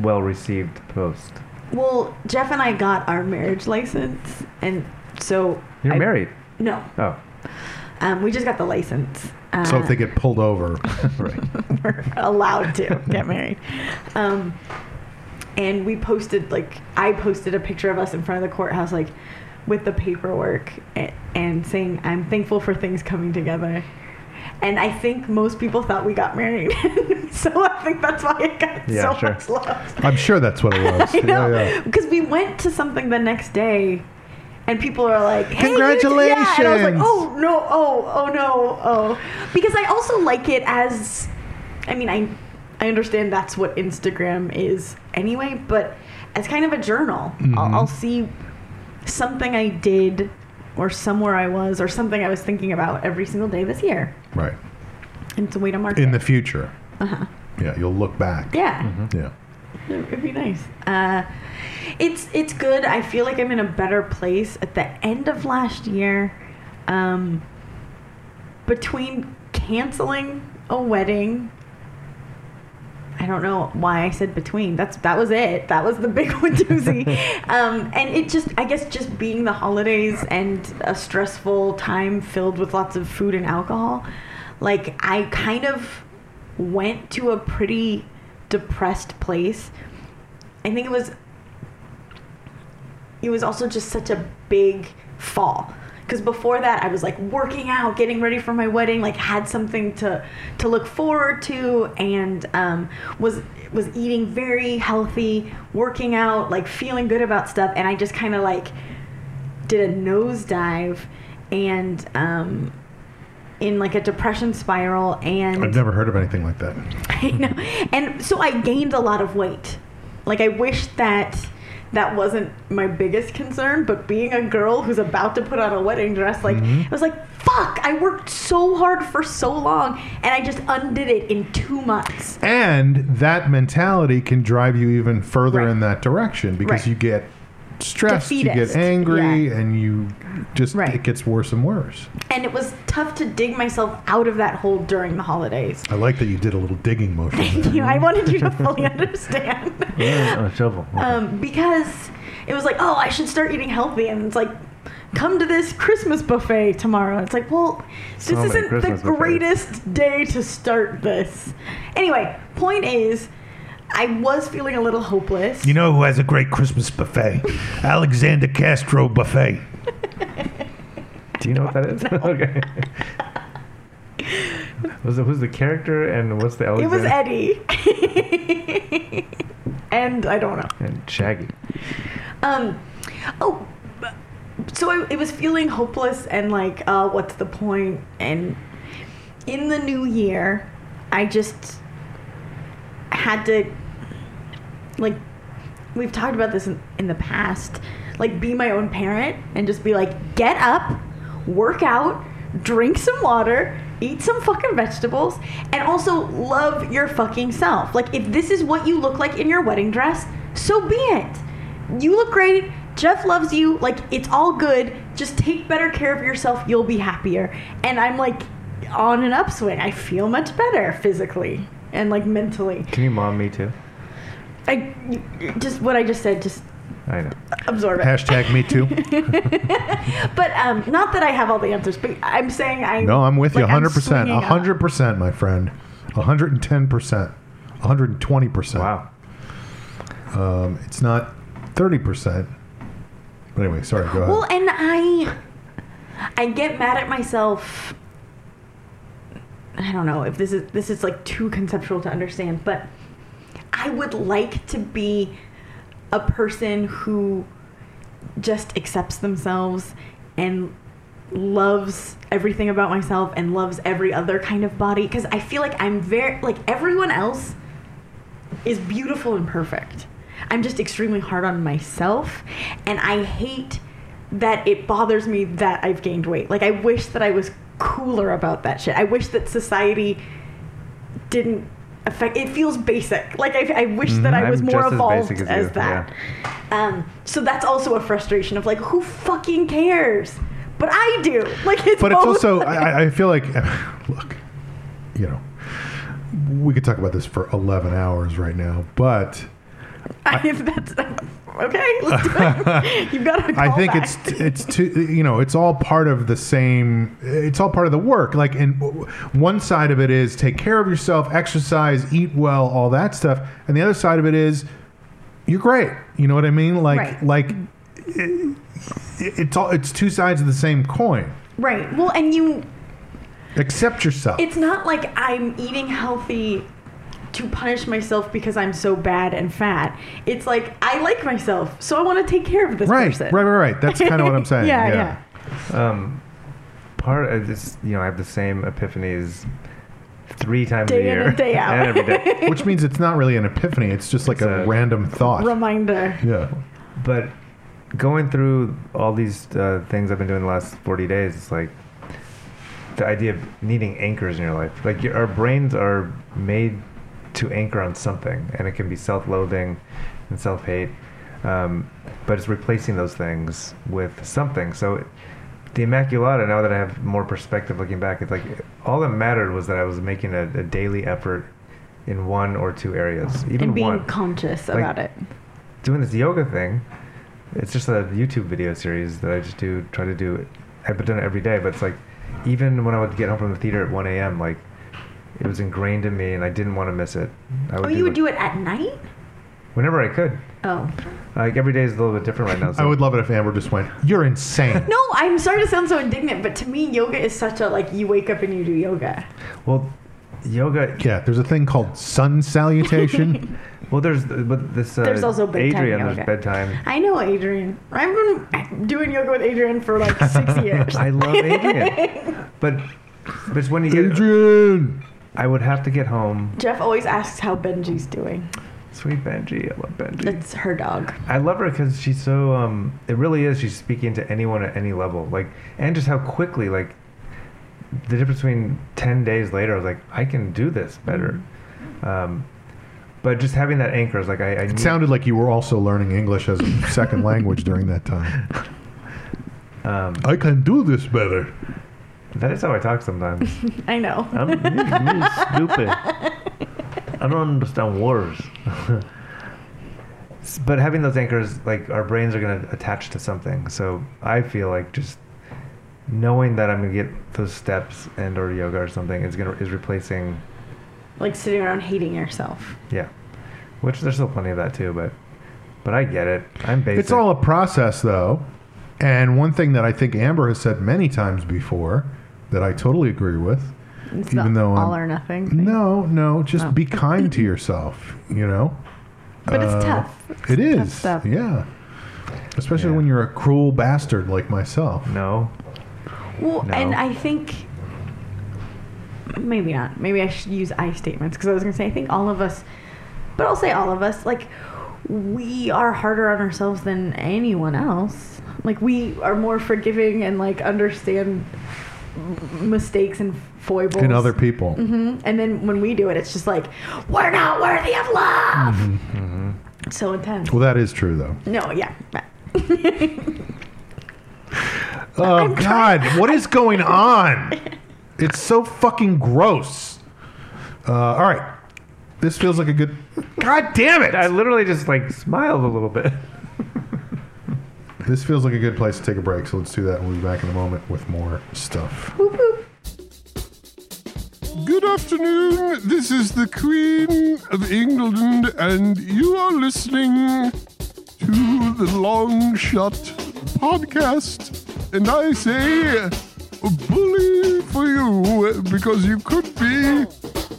Speaker 4: well received post?
Speaker 3: well jeff and i got our marriage license and so
Speaker 4: You're
Speaker 3: I-
Speaker 4: married.
Speaker 3: no
Speaker 4: Oh,
Speaker 3: um we just got the license uh,
Speaker 2: So if they get pulled over,
Speaker 4: right.
Speaker 3: were (laughs) allowed to get married. Um, and we posted like I posted a picture of us in front of the courthouse, like with the paperwork and, and saying I'm thankful for things coming together. And I think most people thought we got married, (laughs) so I think that's why it got
Speaker 4: Yeah,
Speaker 3: so
Speaker 4: sure.
Speaker 3: much love.
Speaker 2: I'm sure that's what it
Speaker 3: (laughs)
Speaker 2: was.
Speaker 4: (laughs)
Speaker 3: You know,
Speaker 2: Yeah, yeah.
Speaker 3: because we went to something the next day. And people are like, hey, you did- Yeah. And I was like,
Speaker 2: Congratulations.
Speaker 3: oh, no, oh, oh, no, oh. Because I also like it as, I mean, I, I understand that's what Instagram is anyway, but as kind of a journal.
Speaker 2: Mm-hmm.
Speaker 3: I'll, I'll see something I did or somewhere I was or something I was thinking about every single day this year.
Speaker 2: Right.
Speaker 3: And it's a way to mark
Speaker 2: In the Mm-hmm.
Speaker 3: it.
Speaker 2: future. Yeah, you'll look back.
Speaker 3: yeah.
Speaker 2: Yeah.
Speaker 3: It'd be nice. Uh, it's it's good. I feel like I'm in a better place at the end of last year. Um, between canceling a wedding, I don't know why I said between. That's that was it. That was the (laughs) big one doozy. um, and it just I guess just being the holidays and a stressful time filled with lots of food and alcohol, like I kind of went to a pretty depressed place. I think it was it was also just such a big fall because before that I was like working out, getting ready for my wedding, like had something to to look forward to, and um, was was eating very healthy, working out, like feeling good about stuff, and I just kind of like did a nosedive and um, in like a depression spiral, and
Speaker 2: I've never heard of anything like that.
Speaker 3: (laughs) I know. And so I gained a lot of weight. Like I wish that that wasn't my biggest concern. But being a girl who's about to put on a wedding dress, like I was like, fuck! I worked so hard for so long, and I just undid it in two months.
Speaker 2: And that mentality can drive you even further
Speaker 3: Right.
Speaker 2: in that direction because
Speaker 3: Right.
Speaker 2: you get stressed, you get
Speaker 3: Defeatist.
Speaker 2: angry,
Speaker 3: Yeah.
Speaker 2: and you just
Speaker 3: Right.
Speaker 2: it gets worse and worse.
Speaker 3: And it was tough to dig myself out of that hole during the holidays. (laughs)
Speaker 2: I like that you did a little digging motion.
Speaker 3: Thank you. I wanted you to fully understand.
Speaker 4: Yeah, a shovel. Okay.
Speaker 3: um, because it was like, oh, I should start eating healthy, and it's like, come to this Christmas buffet tomorrow. It's like, well, this
Speaker 4: many
Speaker 3: isn't
Speaker 4: Christmas
Speaker 3: the
Speaker 4: buffets.
Speaker 3: greatest day to start this. Anyway, point is, I was feeling a little hopeless.
Speaker 5: You know who has a great Christmas buffet? Alexander Castro Buffet.
Speaker 4: Do you know what that is? (laughs) okay. Was it who's the character and what's the
Speaker 3: it
Speaker 4: Alexander?
Speaker 3: was Eddie, (laughs) and I don't know.
Speaker 4: and Shaggy.
Speaker 3: Um, oh, so I, it was feeling hopeless and like, uh, what's the point? And in the new year, I just had to, like, we've talked about this in, in the past, like, be my own parent and just be like, get up, work out, drink some water. Eat some fucking vegetables and also love your fucking self. Like, if this is what you look like in your wedding dress, so be it you look great. Jeff loves you. Like, it's all good. Just take better care of yourself. You'll be happier. And I'm like on an upswing. I feel much better physically and like mentally.
Speaker 4: Can you mom me too?
Speaker 3: I just what I just said, just
Speaker 4: I know.
Speaker 3: absorb it.
Speaker 2: Hashtag me too.
Speaker 3: But um, not that I have all the answers, but I'm saying I.
Speaker 2: No, I'm with you
Speaker 3: like,
Speaker 2: 100%.
Speaker 3: swinging up.
Speaker 2: 100%, my friend. 110%. 120%.
Speaker 4: Wow.
Speaker 2: Um, it's not 30%. But anyway, sorry, go ahead.
Speaker 3: Well, and I, I get mad at myself. I don't know if this is this is like too conceptual to understand, but I would like to be a person who just accepts themselves and loves everything about myself and loves every other kind of body because I feel like I'm very like everyone else is beautiful and perfect. I'm just extremely hard on myself, and I hate that it bothers me that I've gained weight. Like, I wish that I was cooler about that shit. I wish that society didn't affect it feels basic like i, I wish that i
Speaker 4: Mm-hmm. I'm
Speaker 3: was more
Speaker 4: just as
Speaker 3: evolved
Speaker 4: basic
Speaker 3: as,
Speaker 4: as you,
Speaker 3: that um, so that's also a frustration of like who fucking cares but i do like it's
Speaker 2: but it's
Speaker 3: both- (laughs)
Speaker 2: also I, I feel like (sighs) look you know we could talk about this for 11 hours right now but
Speaker 3: if that's okay let's do
Speaker 2: (laughs)
Speaker 3: it you've got to
Speaker 2: i think it's it's too you know it's all part of the same it's all part of the work like and w- one side of it is take care of yourself exercise eat well all that stuff and the other side of it is you're great you know what i mean like
Speaker 3: Right.
Speaker 2: like it, it's all it's two sides of the same coin
Speaker 3: right well and you
Speaker 2: accept yourself
Speaker 3: it's not like I'm eating healthy to punish myself because I'm so bad and fat. It's like I like myself, so I want to take care of this
Speaker 2: right,
Speaker 3: person.
Speaker 2: right right right that's kind of what
Speaker 3: (laughs)
Speaker 2: i'm saying
Speaker 3: yeah, yeah,
Speaker 4: Um, part of this, you know, I have the same epiphanies three times
Speaker 3: Day
Speaker 4: a
Speaker 3: in
Speaker 4: year
Speaker 3: and day out.
Speaker 4: (laughs) and every day.
Speaker 2: Which means it's not really an epiphany. It's just like
Speaker 4: It's
Speaker 2: a,
Speaker 4: a-
Speaker 2: random thought.
Speaker 3: Reminder.
Speaker 2: yeah.
Speaker 4: But going through all these uh, things I've been doing the last 40 days, it's like the idea of needing anchors in your life. Like your, our brains are made to anchor on something, and it can be self loathing and self hate. Um, but it's replacing those things with something. So it, the Immaculata, now that I have more perspective looking back, it's like all that mattered was that I was making a, a daily effort in one or two areas. Even
Speaker 3: And being
Speaker 4: one
Speaker 3: conscious
Speaker 4: Like-
Speaker 3: about it.
Speaker 4: doing this yoga thing. It's just a YouTube video series that I just do, try to do. I've done it every day, but it's like, even when I would get home from the theater at 1 a.m., like, it was ingrained in me and I didn't want to miss it. I
Speaker 3: Oh, you would
Speaker 4: like,
Speaker 3: do it at night?
Speaker 4: Whenever I could.
Speaker 3: Oh.
Speaker 4: Like, every day is a little bit different right now.
Speaker 2: (laughs)
Speaker 4: So
Speaker 2: I would love it if Amber just went, You're (laughs) insane.
Speaker 3: No, I'm sorry to sound so indignant, but to me, yoga is such a like you wake up and you do yoga.
Speaker 4: Well, yoga.
Speaker 2: yeah, there's a thing called sun (laughs) salutation.
Speaker 4: Well, there's but this. Uh,
Speaker 3: There's also bedtime
Speaker 4: Adrian,
Speaker 3: yoga. (laughs)
Speaker 4: there's bedtime. (laughs)
Speaker 3: I know Adrian. I've been doing yoga with Adrian for like
Speaker 2: (laughs)
Speaker 3: six years.
Speaker 4: I love Adrian. but, but it's when you get.
Speaker 2: Adrian!
Speaker 4: I would have to get home.
Speaker 3: Jeff always asks how Benji's doing.
Speaker 4: Sweet Benji, I love Benji.
Speaker 3: That's her dog.
Speaker 4: I love her because she's so. Um, it really is. She's speaking to anyone at any level. Like, and just how quickly. Like, the difference between ten days later, I was like, I can do this better. Um, but just having that anchor is like I. I
Speaker 2: It
Speaker 4: need-
Speaker 2: sounded like you were also learning English as a second language during that time.
Speaker 4: Um,
Speaker 2: I can do this better.
Speaker 4: that is how I talk sometimes.
Speaker 3: I know.
Speaker 2: Oh.
Speaker 6: I'm really stupid. I don't understand words.
Speaker 4: S- but having those anchors like our brains are going to attach to something so i feel like just knowing that i'm going to get those steps and or yoga or something is going to is replacing
Speaker 3: Like sitting around hating yourself.
Speaker 4: yeah which there's still plenty of that too but but i get it i'm basic
Speaker 2: It's all a process, though. And one thing that I think Amber has said many times before that I totally agree with
Speaker 3: It's
Speaker 2: Even
Speaker 3: the
Speaker 2: though I'm-
Speaker 3: all or nothing. thing.
Speaker 2: no, no, just
Speaker 3: Oh.
Speaker 2: be kind to yourself, you know?
Speaker 3: But
Speaker 2: Uh,
Speaker 3: it's tough.
Speaker 2: It is.
Speaker 3: stuff.
Speaker 2: Yeah. Especially
Speaker 4: Yeah.
Speaker 2: when you're a cruel bastard like myself.
Speaker 4: no
Speaker 3: Well,
Speaker 4: No.
Speaker 3: and I think maybe not. Maybe I should use I statements because I was going to say I think all of us, but I'll say all of us, like we are harder on ourselves than anyone else. Like we are more forgiving and like understand m- mistakes and foibles
Speaker 2: In other people.
Speaker 3: hmm And then when we do it, it's just like we're not worthy of love. So intense.
Speaker 2: Well, that is true,
Speaker 3: (laughs)
Speaker 2: though.
Speaker 3: No, yeah.
Speaker 2: Oh, God. What is going
Speaker 3: (laughs)
Speaker 2: on? It's so fucking gross. Uh, all right. This feels like a good. God damn it!
Speaker 4: i literally just like smiled a little bit
Speaker 2: This feels like a good place to take a break, so let's do that. and We'll be back in a moment with more stuff.
Speaker 1: Good afternoon. This is the Queen of England, and you are listening to the Long Shot podcast. And I say, bully for you, because you could be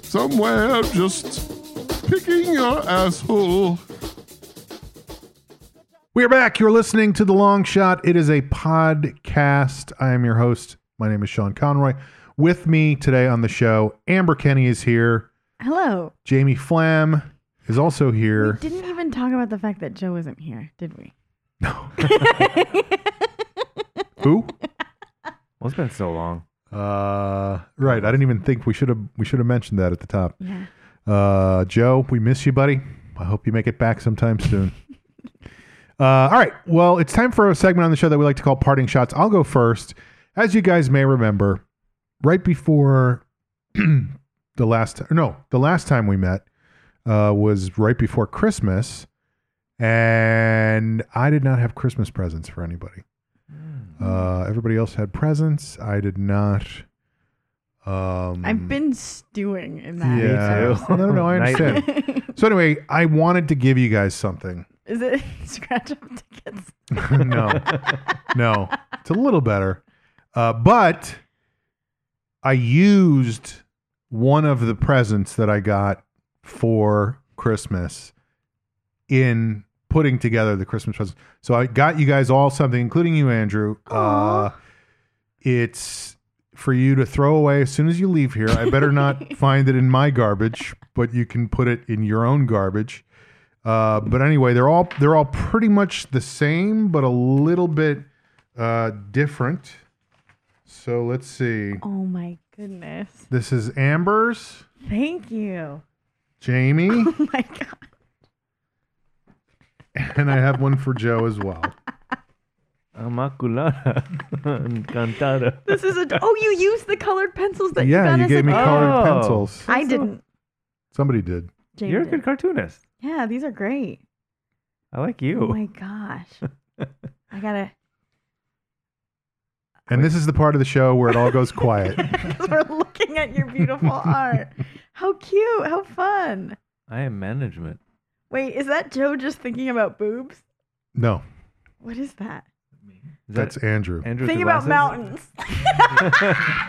Speaker 1: somewhere just picking your asshole.
Speaker 2: We are back. You're listening to The Long Shot. It is a podcast. I am your host. My name is Sean Conroy. With me today on the show, Amber Kenny is here.
Speaker 3: Hello.
Speaker 2: Jamie Flam is also
Speaker 3: We (laughs)
Speaker 2: here.
Speaker 3: didn't even talk about the fact that Joe isn't here, did we?
Speaker 2: Who?
Speaker 4: well it's been so long
Speaker 2: Uh, right. I didn't even think we should have we should have mentioned that at the top.
Speaker 3: Yeah.
Speaker 2: Uh, Joe, we miss you, buddy. I hope you make it back sometime
Speaker 3: (laughs)
Speaker 2: soon. uh, all right. Well, it's time for a segment on the show that we like to call Parting Shots. I'll go first. As you guys may remember, right before (clears throat) the last no, the last time we met uh, was right before Christmas, and I did not have Christmas presents for anybody.
Speaker 3: Hmm.
Speaker 2: Uh, everybody else had presents. I did not. Um,
Speaker 3: I've been stewing in that.
Speaker 2: Yeah.
Speaker 4: too.
Speaker 2: No, no, no. I
Speaker 4: Night-
Speaker 2: understand. So anyway, I wanted to give you guys something.
Speaker 3: (laughs)
Speaker 2: (laughs)
Speaker 3: Is it (laughs) scratch up tickets?
Speaker 2: no, no, it's a little better. Uh, but I used one of the presents that I got for Christmas in putting together the Christmas present. So I got you guys all something, including you, Andrew. Uh, it's for you to throw away as soon as you leave here. I better not find it in my garbage, but you can put it in your own garbage. Uh, but anyway, they're all they're all pretty much the same, but a little bit uh, different. So let's see.
Speaker 3: Oh my goodness.
Speaker 2: This is Amber's,
Speaker 3: Thank you.
Speaker 2: Jamie,
Speaker 3: (laughs) Oh my god.
Speaker 2: and I have one for Joe as well.
Speaker 6: Amaculada. Encantada.
Speaker 3: This is a Oh, you used the colored pencils that you
Speaker 2: yeah,
Speaker 3: got
Speaker 2: you
Speaker 3: us
Speaker 2: gave
Speaker 3: at
Speaker 2: me
Speaker 3: the-
Speaker 2: colored
Speaker 6: Oh.
Speaker 2: pencils.
Speaker 3: I didn't.
Speaker 2: Somebody did.
Speaker 3: Jamie
Speaker 6: You're a
Speaker 3: did.
Speaker 6: good cartoonist.
Speaker 3: Yeah, these are great.
Speaker 6: I like
Speaker 3: Oh
Speaker 6: you.
Speaker 2: (laughs)
Speaker 3: my gosh. I gotta (laughs)
Speaker 2: And this is the part of the show where it all goes
Speaker 3: (laughs)
Speaker 2: quiet.
Speaker 3: because we're looking at your
Speaker 2: (laughs)
Speaker 3: beautiful art. How cute. How fun.
Speaker 6: I am management.
Speaker 3: Wait, is that Joe just thinking about boobs?
Speaker 2: No,
Speaker 3: What is that?
Speaker 6: Is
Speaker 2: that's Andrew.
Speaker 6: Andrew. with
Speaker 3: Think
Speaker 6: the
Speaker 3: about
Speaker 6: glasses?
Speaker 3: mountains.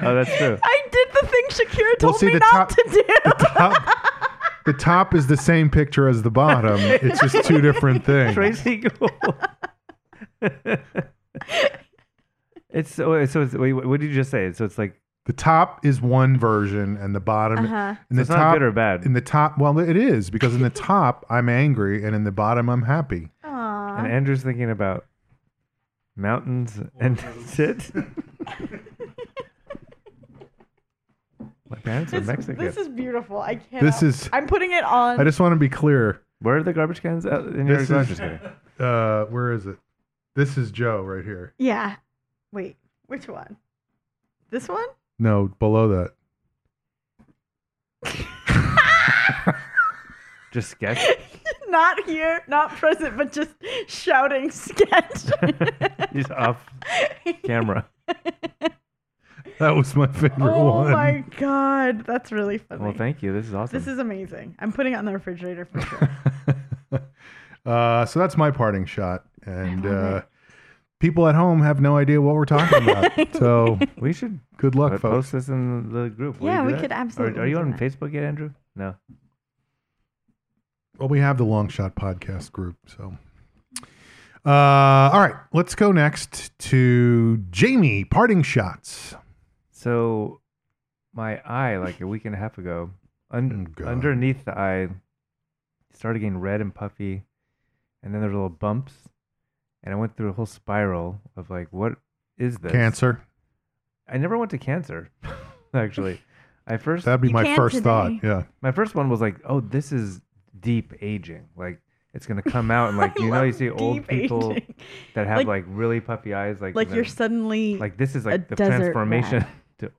Speaker 6: Oh, that's true.
Speaker 3: I did the thing Shakira told
Speaker 2: see,
Speaker 3: me
Speaker 2: the
Speaker 3: not
Speaker 2: top-
Speaker 3: to do.
Speaker 2: Top- the top is the same picture as the bottom. It's just two different things.
Speaker 6: Tracy Gould.
Speaker 3: (laughs)
Speaker 4: oh, it's so so it's, wait, what did you just say so it's like
Speaker 2: The top is one version, and the bottom.
Speaker 3: Uh-huh.
Speaker 2: And the
Speaker 4: That's
Speaker 2: top,
Speaker 4: not good or bad.
Speaker 2: In the top, well, it is because in the top I'm angry, and in the bottom I'm happy.
Speaker 4: And Andrew's thinking about mountains and (laughs)
Speaker 2: (laughs)
Speaker 4: that's it. My parents are
Speaker 3: This,
Speaker 4: Mexican.
Speaker 3: this is beautiful. I can't.
Speaker 2: This is-
Speaker 3: I'm putting it on.
Speaker 2: I just want to be clear.
Speaker 4: Where are the garbage cans out in your
Speaker 2: This
Speaker 4: garage?
Speaker 2: is-
Speaker 4: Just kidding.
Speaker 2: Uh, where is it? This is Joe right here.
Speaker 3: yeah. Wait. Which one? This one? (laughs)
Speaker 2: No, below that. (laughs)
Speaker 4: Just sketch.
Speaker 3: (laughs)
Speaker 4: (laughs)
Speaker 3: not here. Not present. But just shouting (laughs) sketch.
Speaker 4: He's off
Speaker 3: (laughs)
Speaker 4: camera.
Speaker 2: That was my favorite one.
Speaker 3: oh my god, that's really funny.
Speaker 4: Well, thank you. This is awesome.
Speaker 3: This is amazing. I'm putting it on the refrigerator for sure.
Speaker 2: (laughs) uh, so that's my parting shot, and uh, people at home have no idea what we're talking
Speaker 3: (laughs)
Speaker 2: about. so
Speaker 4: we should
Speaker 2: good luck,
Speaker 4: po-
Speaker 2: folks.
Speaker 4: post this in the group. Will
Speaker 3: Yeah,
Speaker 4: you do
Speaker 3: we
Speaker 4: that?
Speaker 3: could
Speaker 4: Or
Speaker 3: absolutely
Speaker 4: are you
Speaker 3: do
Speaker 4: on
Speaker 3: that.
Speaker 4: Facebook yet, Andrew? No.
Speaker 2: Well, we have the Long Shot Podcast group. So, uh, all right, let's go next to Jamie. Parting shots.
Speaker 4: So, my eye, like a week and a half ago, un-
Speaker 2: Oh, God.
Speaker 4: underneath the eye, started getting red and puffy, and then there's little bumps, and I went through a whole spiral of like, what is this?
Speaker 2: Cancer.
Speaker 4: I never went to cancer, (laughs) actually. I first
Speaker 2: That'd be
Speaker 3: You
Speaker 2: my
Speaker 3: can
Speaker 2: first
Speaker 3: today.
Speaker 2: thought. Yeah.
Speaker 4: my first one was like, oh, this is deep aging. Like it's gonna come out
Speaker 3: (laughs)
Speaker 4: and like you know you see old
Speaker 3: Deep
Speaker 4: people
Speaker 3: aging.
Speaker 4: that have like,
Speaker 3: Like-
Speaker 4: really puffy eyes like
Speaker 3: Like
Speaker 4: they're-
Speaker 3: you're suddenly
Speaker 4: like this is
Speaker 3: a
Speaker 4: like the
Speaker 3: desert
Speaker 4: transformation (laughs)
Speaker 3: rat.
Speaker 4: to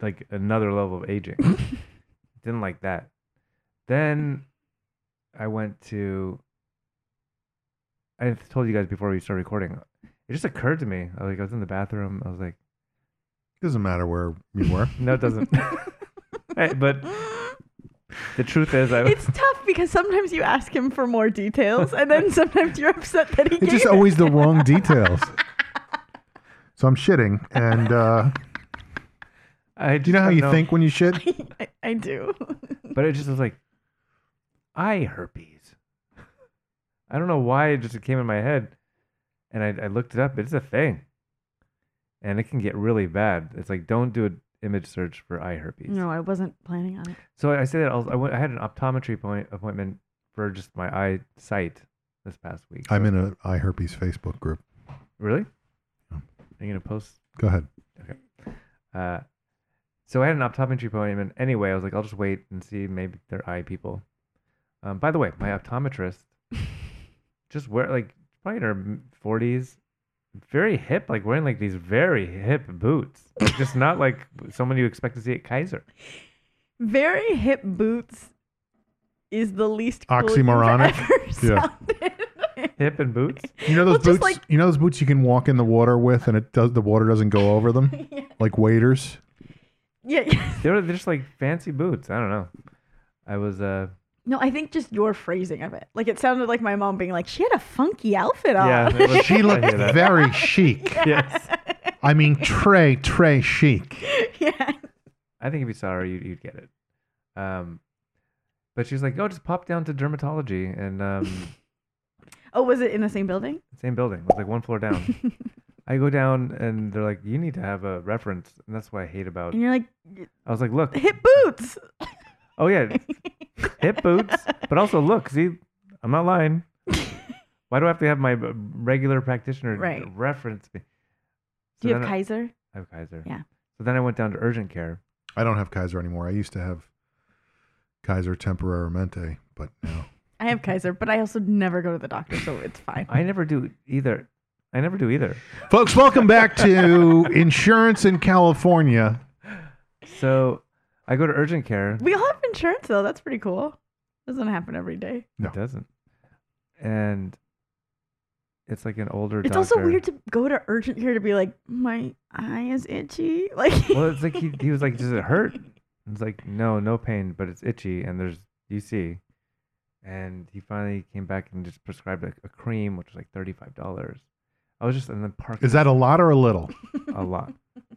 Speaker 4: like another level
Speaker 3: (laughs)
Speaker 4: of aging. Didn't like that. Then I went to I told you guys before we started recording. It just occurred to me. I, like I was in the bathroom. I was like,
Speaker 2: Doesn't matter where you were.
Speaker 4: no,
Speaker 3: (laughs)
Speaker 4: it doesn't. (laughs) Hey, but the truth is, I
Speaker 3: It's tough because sometimes you ask him for more details, and then sometimes you're upset that he
Speaker 2: It's
Speaker 3: gave
Speaker 2: just
Speaker 3: it.
Speaker 2: always the wrong details. So I'm shitting, and uh,
Speaker 4: I
Speaker 2: do you know how you think when you shit?
Speaker 3: (laughs) I, I do.
Speaker 4: But it just was like, eye herpes. (laughs) I don't know why it just came in my head. And I, I looked it up. It's a thing. And it can get really bad. It's like, don't do an image search for eye herpes.
Speaker 3: No, I wasn't planning on it.
Speaker 4: So I say that I, was, I, went, I had an optometry point, appointment for just my eye sight this past week.
Speaker 2: I'm in a eye herpes Facebook group.
Speaker 4: Really? Are you going to post
Speaker 2: Go ahead.
Speaker 4: Uh, so I had an optometry appointment anyway. I was like, I'll just wait and see. Maybe they're eye people. Um, by the way, my optometrist just wear like probably in her forties, very hip, like wearing like these very hip boots, like, just not like someone you expect to see at Kaiser.
Speaker 3: Very hip boots is the least cool you've
Speaker 2: Oxymoronic?
Speaker 3: ever
Speaker 2: Yeah.
Speaker 3: (laughs) sounded.
Speaker 4: Hip and boots.
Speaker 2: You know
Speaker 3: Well,
Speaker 2: those
Speaker 3: just
Speaker 2: boots.
Speaker 3: like-
Speaker 2: you know those boots you can walk in the water with, and it does the water doesn't go over
Speaker 3: (laughs)
Speaker 2: them,
Speaker 3: Yeah.
Speaker 2: like waders.
Speaker 3: yeah, yeah.
Speaker 4: They were just like fancy boots. I don't know. I was uh
Speaker 3: No, I think just your phrasing of it. Like it sounded like my mom being like, she had a funky outfit on.
Speaker 4: yeah. it
Speaker 3: (laughs)
Speaker 4: was- I
Speaker 2: She looked
Speaker 4: hear that.
Speaker 2: very chic.
Speaker 4: Yes.
Speaker 2: I mean, Trey, Trey chic.
Speaker 3: (laughs) yeah.
Speaker 4: I think if you saw her, you'd, you'd get it. Um, but she was like, "Oh, just pop down to dermatology and um."
Speaker 3: Oh, was it in the same building? (laughs)
Speaker 4: Same building. It was like one floor down. I go down and they're like, you need to have a reference. And that's what I hate about.
Speaker 3: And you're like,
Speaker 4: I was like, look,
Speaker 3: hip boots. (laughs)
Speaker 4: oh yeah, hip boots, but also look, see, I'm
Speaker 3: (laughs)
Speaker 4: not lying. Why do I have to have my uh, regular practitioner
Speaker 3: Right.
Speaker 4: reference me?
Speaker 3: Do you have
Speaker 4: then I-
Speaker 3: Kaiser?
Speaker 4: I have Kaiser.
Speaker 3: Yeah.
Speaker 4: So then I went down to urgent care.
Speaker 2: I don't have Kaiser anymore. I used to have Kaiser temporariamente, but now
Speaker 3: I have Kaiser, but I also never go to the doctor, so it's
Speaker 5: (laughs)
Speaker 3: fine.
Speaker 4: I never do either. I never do either.
Speaker 2: (laughs) Folks, welcome back (laughs) to Insurance in California.
Speaker 4: So I go to urgent care.
Speaker 3: We all have insurance though. That's pretty cool. Doesn't happen every day.
Speaker 2: No.
Speaker 4: It doesn't. And it's like an older
Speaker 3: It's
Speaker 4: doctor.
Speaker 3: also weird to go to urgent care to be like, my eye is itchy. (laughs) Like,
Speaker 4: well, it's like he, he was like, does it hurt? And it's like, no, no pain, but it's itchy, and there's you see. And he finally came back and just prescribed like a cream, which was like thirty five dollars. I was just in the park.
Speaker 2: Is that a lot or a little?
Speaker 4: a lot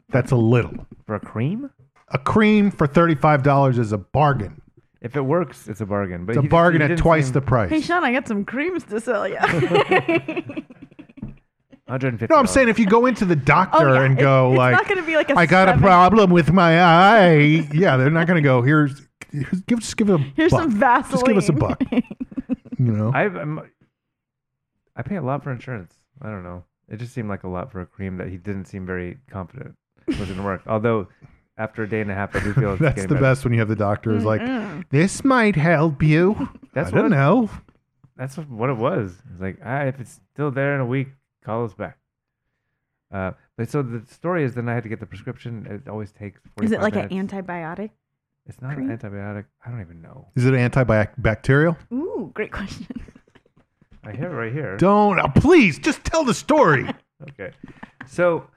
Speaker 2: That's a little.
Speaker 4: for a cream?
Speaker 2: A cream for thirty-five dollars is a bargain.
Speaker 4: If it works, it's a bargain. But
Speaker 2: It's a
Speaker 4: he just-
Speaker 2: bargain
Speaker 4: he
Speaker 2: at
Speaker 4: didn't
Speaker 2: twice
Speaker 4: seem-
Speaker 2: the
Speaker 3: hey
Speaker 5: (laughs)
Speaker 2: price.
Speaker 3: Sean, I got some creams to sell you.
Speaker 4: 150.
Speaker 5: No, I'm saying if you go into the doctor
Speaker 3: (laughs) Oh, yeah.
Speaker 5: and
Speaker 3: It-
Speaker 5: go
Speaker 3: it's
Speaker 5: like,
Speaker 3: not gonna be like a
Speaker 5: I got
Speaker 3: seven-
Speaker 5: a problem with my eye. yeah, they're not going to go here's, here's- give just give it a
Speaker 3: Here's
Speaker 5: buck.
Speaker 3: some
Speaker 5: Just give us a
Speaker 3: Vaseline."
Speaker 5: buck.
Speaker 3: (laughs)
Speaker 5: you know,
Speaker 4: I I'm, I pay a lot for insurance. I don't know. It just seemed like a lot for a cream that he didn't seem very confident was going to work. Although after a day and a half, I
Speaker 2: (laughs)
Speaker 4: do feel
Speaker 5: (laughs)
Speaker 4: it's
Speaker 5: that's
Speaker 4: getting
Speaker 5: the
Speaker 4: better.
Speaker 5: best when you have the doctor is like,
Speaker 3: Mm.
Speaker 5: this might help you.
Speaker 4: That's
Speaker 5: I don't
Speaker 4: what-
Speaker 5: know.
Speaker 4: That's what it was. It's like, ah, if it's still there in a week, call us back. Uh, but so the story is, then I had to get the prescription. It always takes. 45
Speaker 3: Is it like
Speaker 4: minutes.
Speaker 3: an antibiotic?
Speaker 4: It's not
Speaker 3: cream?
Speaker 4: an antibiotic. I don't even know.
Speaker 5: Is it antibacterial?
Speaker 3: Ooh, great question. (laughs)
Speaker 4: I hear it right here.
Speaker 5: Don't. uh, please, just tell the story.
Speaker 4: Okay. So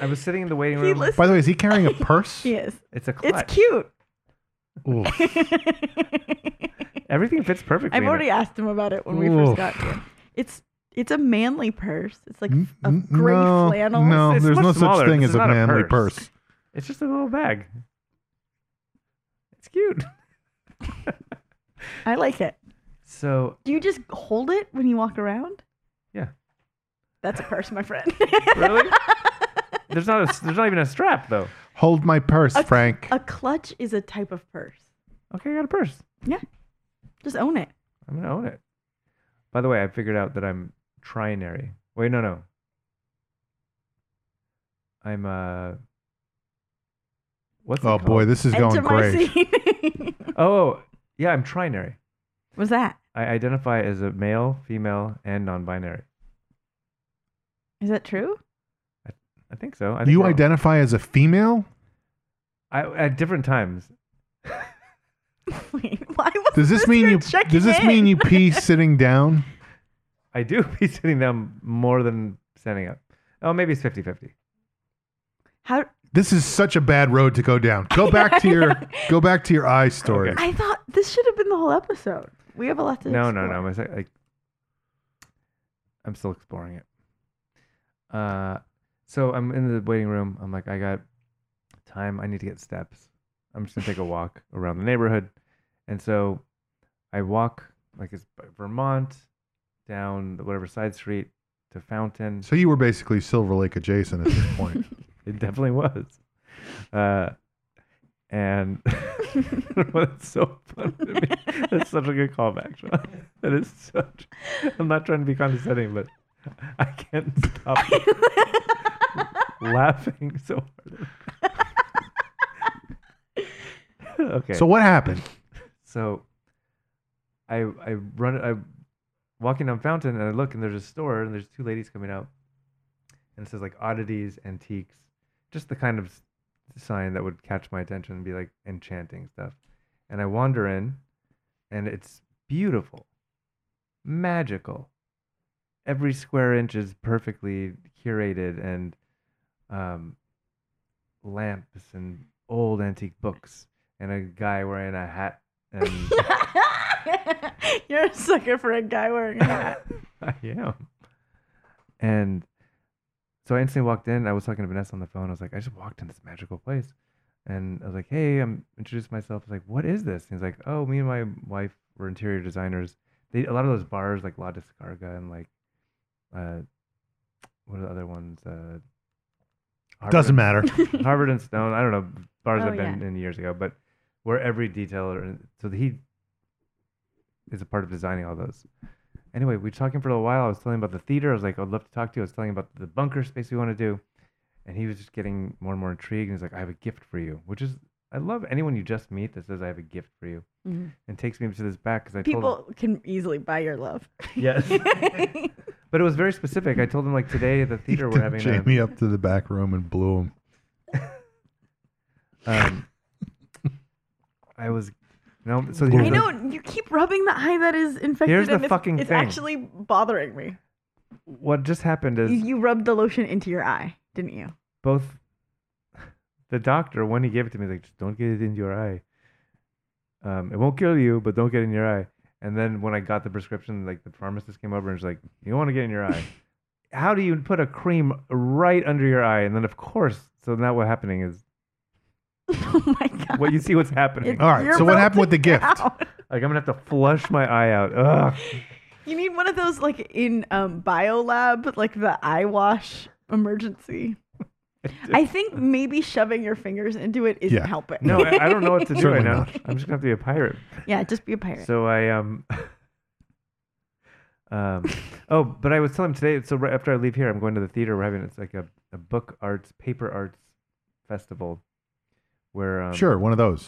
Speaker 4: I was sitting in the waiting
Speaker 3: He
Speaker 4: room.
Speaker 3: listens.
Speaker 5: By the way, is he carrying a purse?
Speaker 3: Yes.
Speaker 4: It's a clutch.
Speaker 3: It's cute. (laughs)
Speaker 5: Oof.
Speaker 4: Everything fits perfectly.
Speaker 3: I've
Speaker 4: in it.
Speaker 3: already asked him about it when we
Speaker 5: Oof.
Speaker 3: first got here. It's it's a manly purse. It's like a
Speaker 5: N-
Speaker 3: gray
Speaker 5: no,
Speaker 3: flannel.
Speaker 5: No,
Speaker 4: It's
Speaker 5: there's
Speaker 4: much
Speaker 5: no such
Speaker 4: smaller.
Speaker 5: thing
Speaker 4: This
Speaker 5: as
Speaker 4: is
Speaker 5: a
Speaker 4: not a
Speaker 5: manly
Speaker 4: purse.
Speaker 5: purse.
Speaker 4: It's just a little bag.
Speaker 3: (laughs)
Speaker 4: It's cute.
Speaker 3: I like it.
Speaker 4: So
Speaker 3: Do you just hold it when you walk around?
Speaker 4: Yeah.
Speaker 3: That's a purse,
Speaker 5: (laughs)
Speaker 3: my friend. (laughs)
Speaker 4: really, there's not a, there's not even a strap though.
Speaker 5: Hold my purse,
Speaker 3: A-
Speaker 5: Frank.
Speaker 3: a clutch is a type of purse.
Speaker 4: Okay, I got a purse.
Speaker 3: Just own it.
Speaker 4: I'm gonna own it. By the way, I figured out that I'm trinary. Wait, no, no. I'm uh. What's it
Speaker 5: oh boy,
Speaker 4: called?
Speaker 5: this is
Speaker 3: Enter
Speaker 5: going
Speaker 3: my
Speaker 5: great.
Speaker 3: scene. (laughs)
Speaker 4: Oh yeah, I'm trinary.
Speaker 3: What's that?
Speaker 4: I identify as a male, female, and non-binary.
Speaker 3: Is that true? (laughs)
Speaker 4: I think so. I think
Speaker 5: You
Speaker 4: we're all-
Speaker 5: identify as a female?
Speaker 4: I, at different times.
Speaker 3: Wait, why was
Speaker 5: Does this mean you? Does this mean you
Speaker 3: (laughs)
Speaker 5: pee sitting down?
Speaker 4: I do (laughs) be sitting down more than standing up. Oh, maybe it's 50 50.
Speaker 3: How
Speaker 5: This is such a bad road to go down.
Speaker 3: (laughs)
Speaker 5: Go back to your go back to your eye story.
Speaker 4: Okay.
Speaker 3: I thought this should have been the whole episode. We have a lot to.
Speaker 4: No, no,
Speaker 3: explore.
Speaker 4: no. I'm, a sec- like, I'm still exploring it. Uh, so I'm in the waiting room. I'm like, I got time. I need to get steps. I'm just going
Speaker 3: (laughs)
Speaker 4: to take a walk around the neighborhood. And so I walk, like, it's by Vermont down the whatever side street to Fountain.
Speaker 5: So you were basically Silver Lake adjacent at
Speaker 3: (laughs)
Speaker 5: this point.
Speaker 4: It definitely (laughs) was. Uh, and (laughs) that's so funny to me. (laughs) That's such a good callback, Sean. That is such. I'm not trying to be condescending, but I can't stop laughing so hard. (laughs) okay.
Speaker 5: So what happened?
Speaker 4: So I I run I walking down Fountain and I look and there's a store and there's two ladies coming out and it says like oddities, antiques, just the kind of s- sign that would catch my attention and be like enchanting stuff. And I wander in and it's beautiful. Magical. Every square inch is perfectly curated and um lamps and old antique books and a guy wearing a hat and
Speaker 3: (laughs) You're a sucker for a guy wearing a hat.
Speaker 4: (laughs) I am. And so I instantly walked in. I was talking to Vanessa on the phone. I was like, I just walked in this magical place. And I was like, hey, I'm introduced myself. I was like, what is this? And he's like, oh, me and my wife were interior designers. They a lot of those bars like La Descarga and like uh what are the other ones? Uh Harbor
Speaker 5: Doesn't
Speaker 4: and-
Speaker 5: matter.
Speaker 4: (laughs) Harvard and Stone. I don't know bars
Speaker 3: Oh,
Speaker 4: I've been in years ago, but where every detail. So he is a part of designing all those. Anyway, we were talking for a little while. I was telling him about the theater. I was like, I'd love to talk to you. I was telling him about the bunker space we want to do, and he was just getting more and more intrigued. And he's like, I have a gift for you, which is I love anyone you just meet that says I have a gift for you,
Speaker 3: Mhm.
Speaker 4: and takes me to this back because I told him,
Speaker 3: People can easily buy your love. (laughs)
Speaker 4: yes, but it was very specific. I told him like today at the theater we're
Speaker 5: Took
Speaker 4: having
Speaker 5: (laughs)
Speaker 4: a,
Speaker 5: Jamie up to the back room and blew him.
Speaker 4: Um, I was no. So here's
Speaker 3: I
Speaker 4: the-
Speaker 3: know you keep rubbing the eye that is infected.
Speaker 4: Here's the
Speaker 3: and it's,
Speaker 4: fucking
Speaker 3: it's
Speaker 4: thing.
Speaker 3: actually bothering me.
Speaker 4: what just happened
Speaker 3: You,
Speaker 4: is
Speaker 3: you rubbed the lotion into your eye, didn't you? (laughs)
Speaker 4: both the doctor when he gave it to me like just don't get it in your eye. Um, it won't kill you, but don't get it in your eye. And then when I got the prescription, like the pharmacist came over and was like, "You don't want to get it in your eye. How do you put a cream right under your eye?" And then of course, so now what's happening is
Speaker 3: oh my god.
Speaker 4: what you
Speaker 3: (laughs)
Speaker 4: see what's happening.
Speaker 3: It's-
Speaker 5: All right,
Speaker 3: you're
Speaker 5: so what happened with the
Speaker 3: melting
Speaker 5: gift?
Speaker 3: down.
Speaker 4: Like I'm gonna have to flush my eye out. Ugh.
Speaker 3: You need one of those like in um, biolab, like the eye wash emergency. I think maybe shoving your fingers into it isn't
Speaker 2: Yeah.
Speaker 3: helping.
Speaker 4: No, I, I don't know what to do right
Speaker 2: Certainly
Speaker 4: now.
Speaker 2: not.
Speaker 4: I'm just gonna have to be a pirate.
Speaker 3: yeah, just be a pirate.
Speaker 4: So I um. (laughs) um, oh, but I was telling him today. So right after I leave here, I'm going to the theater. We're having it's like a, a book arts, paper arts festival, where um,
Speaker 2: Sure, one of
Speaker 3: (laughs)
Speaker 2: those.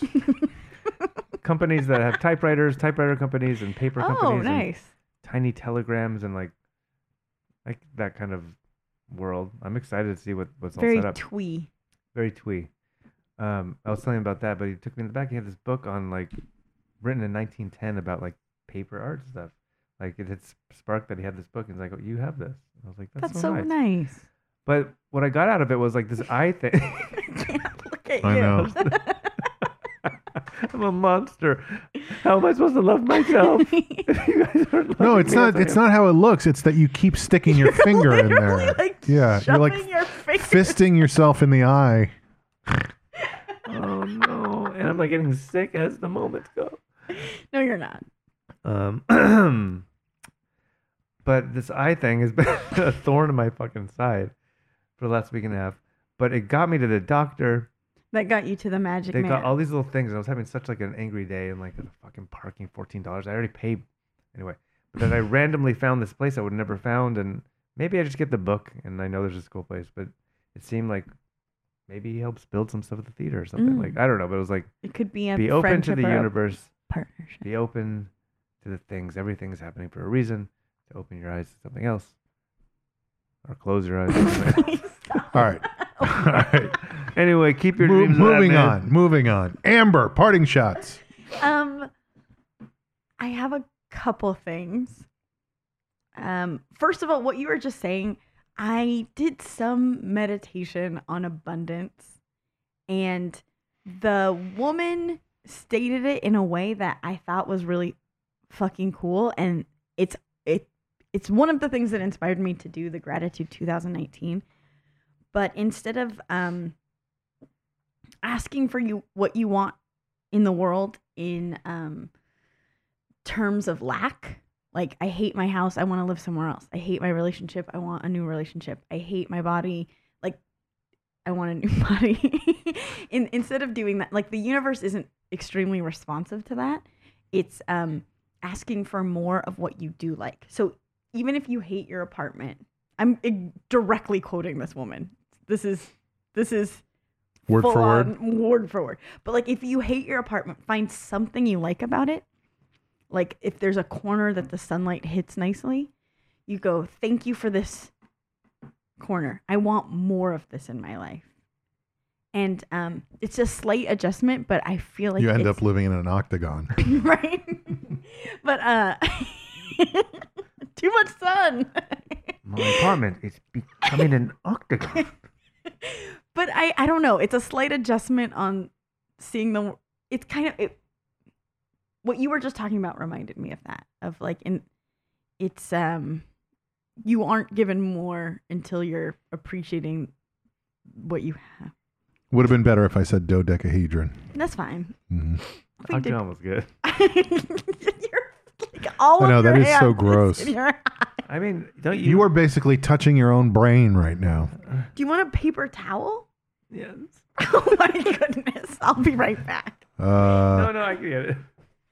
Speaker 4: companies that have typewriters, typewriter companies, and paper
Speaker 3: oh,
Speaker 4: companies, and
Speaker 3: nice.
Speaker 4: tiny telegrams, and like like that kind of world. I'm excited to see what what's
Speaker 3: Very
Speaker 4: all set up.
Speaker 3: twee.
Speaker 4: very twee. Um, I was telling him about that, but he took me in the back. He had this book on like written in 1910 about like paper art stuff. Like it had s- sparked that he had this book, and he's like, "Oh, you have this." I was like, "That's,
Speaker 3: That's, so nice.
Speaker 4: But what I got out of it was like this eye thing.
Speaker 3: (laughs)
Speaker 4: (laughs)
Speaker 3: I can't look at
Speaker 2: I
Speaker 3: you. (laughs)
Speaker 2: know.
Speaker 4: I'm a monster. How am I supposed to love
Speaker 3: (laughs)
Speaker 4: myself? (laughs) If you guys aren't
Speaker 2: No,
Speaker 4: loving
Speaker 2: it's
Speaker 4: me,
Speaker 2: not.
Speaker 4: like,
Speaker 2: It's not how it looks. It's that you keep sticking
Speaker 3: (laughs)
Speaker 2: your finger in
Speaker 3: Literally,
Speaker 2: there.
Speaker 3: like,
Speaker 2: yeah, you're like
Speaker 3: shoving your finger.
Speaker 2: fisting yourself in the eye.
Speaker 4: Oh no! And I'm like getting sick as the moments go.
Speaker 3: No, you're not.
Speaker 4: Um, (clears throat) but this eye thing has (laughs) been a thorn in my fucking side for the last week and a half. But it got me to the doctor.
Speaker 3: That got you to the magic
Speaker 4: They
Speaker 3: man.
Speaker 4: got all these little things, and I was having such like an angry day, and like the fucking parking fourteen dollars. I already paid anyway.
Speaker 3: (laughs)
Speaker 4: But then I randomly found this place I would never found, and maybe I just get the book, and I know there's this cool place. But it seemed like maybe he helps build some stuff at the theater or something.
Speaker 3: Mm.
Speaker 4: Like I don't know, but it was like
Speaker 3: it could be a
Speaker 4: be open to
Speaker 3: friendship
Speaker 4: the
Speaker 3: or a
Speaker 4: universe
Speaker 3: partnership.
Speaker 4: be open to the things. Everything's happening for a reason. To open your eyes to something else, or close your eyes. to
Speaker 3: (laughs)
Speaker 4: something else.
Speaker 2: All right.
Speaker 3: Oh,
Speaker 2: All right. (laughs)
Speaker 4: anyway, keep your
Speaker 2: Mo-
Speaker 4: dreams alive,
Speaker 2: moving
Speaker 4: man.
Speaker 2: on. Moving on. Amber, parting shots.
Speaker 3: Um, I have a couple things. Um, first of all, what you were just saying, I did some meditation on abundance, and the woman stated it in a way that I thought was really fucking cool, and it's it it's one of the things that inspired me to do the gratitude 2019. But instead of um asking for you what you want in the world in um terms of lack like i hate my house i want to live somewhere else i hate my relationship i want a new relationship i hate my body like i want a (laughs) new body in, instead of doing that like the universe isn't extremely responsive to that it's um asking for more of what you do like so even if you hate your apartment i'm eh, directly quoting this woman this is this is
Speaker 2: Word for
Speaker 3: full
Speaker 2: word.
Speaker 3: on word for word. But like, if you hate your apartment, find something you like about it. Like, if there's a corner that the sunlight hits nicely, you go, "Thank you for this corner. I want more of this in my life." And um, it's a slight adjustment, but I feel like
Speaker 2: you end
Speaker 3: it's-
Speaker 2: up living in an octagon.
Speaker 3: (laughs) right. but uh, (laughs) too much sun. (laughs)
Speaker 4: My apartment is becoming an
Speaker 2: (laughs)
Speaker 4: octagon.
Speaker 3: (laughs) but I, I don't know. It's a slight adjustment on seeing the. It's kind of it, what you were just talking about reminded me of that of like in, it's um, you aren't given more until you're appreciating what you have.
Speaker 2: Would have been better if I said dodecahedron.
Speaker 3: That's fine.
Speaker 2: Mhm.
Speaker 3: We did-
Speaker 4: Octagon was good.
Speaker 3: (laughs) you're like all
Speaker 2: I know,
Speaker 3: of
Speaker 2: that
Speaker 3: your
Speaker 2: is so
Speaker 3: hands (laughs)
Speaker 2: gross.
Speaker 3: in your-
Speaker 4: I mean, don't you?
Speaker 2: You are basically touching your own brain right now.
Speaker 3: Do you want a paper towel? (laughs)
Speaker 4: Yes.
Speaker 3: Oh my goodness! I'll be right back.
Speaker 2: Uh,
Speaker 4: No, no, I can get it.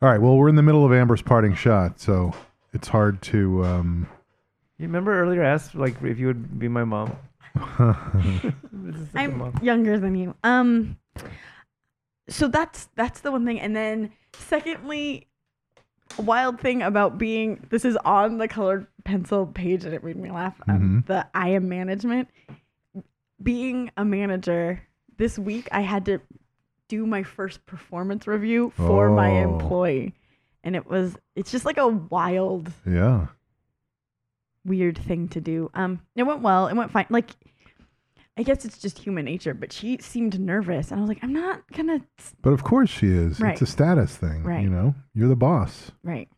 Speaker 2: all right. Well, we're in the middle of Amber's parting shot, so it's hard to. Um,
Speaker 4: You remember earlier I asked like if you would be
Speaker 2: (laughs)
Speaker 4: my mom. This is such a
Speaker 3: I'm
Speaker 4: mom.
Speaker 3: younger than you. Um so that's that's the one thing and then secondly a wild thing about being this is on the colored pencil page and it made me laugh
Speaker 4: Mm-hmm.
Speaker 3: um, the I am management being a manager this week I had to do my first performance review for my
Speaker 2: Oh.
Speaker 3: employee and it was it's just like a wild
Speaker 2: yeah.
Speaker 3: weird thing to do. Um, it went well. It went fine. Like, I guess it's just human nature. But she seemed nervous, and I was like, I'm not gonna.
Speaker 2: But of course she is.
Speaker 3: Right.
Speaker 2: It's a status thing.
Speaker 3: Right.
Speaker 2: You know, you're the boss.
Speaker 3: Right.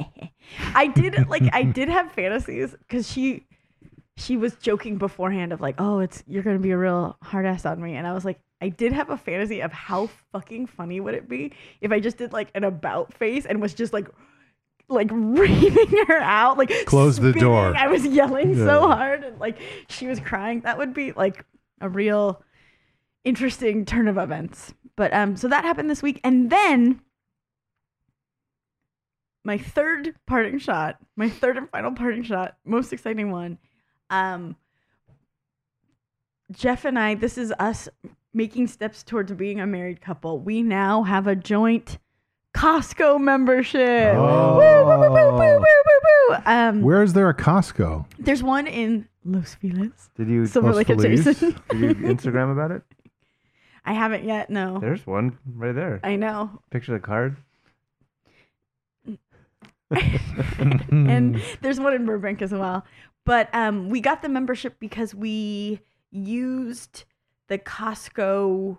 Speaker 3: (laughs) I did like I did have fantasies because she she was joking beforehand of like, oh, it's you're gonna be a real hard ass on me, and I was like. I did have a fantasy of how fucking funny would it be if I just did like an about face and was just like like (laughs) reaming her out, like
Speaker 2: Close the
Speaker 3: spinning.
Speaker 2: door.
Speaker 3: I was yelling so hard, and like she was crying. That would be like a real interesting turn of events. But um, so that happened this week, and then my third parting shot, my third and final parting shot, most exciting one. Um, Jeff and I, this is us making steps towards being a married couple. We now have a joint Costco membership. Woo, woo, woo, woo, woo, woo, woo, woo. Um,
Speaker 2: Where is there a Costco?
Speaker 3: there's one in Los Feliz.
Speaker 4: Did you
Speaker 3: Silver
Speaker 2: Los
Speaker 3: Lake, Jason. (laughs)
Speaker 4: did you Instagram about it?
Speaker 3: I haven't yet. No,
Speaker 4: There's one right there.
Speaker 3: I know.
Speaker 4: (laughs) Picture the card.
Speaker 3: (laughs) and there's one in Burbank as well. But um, we got the membership because we used the Costco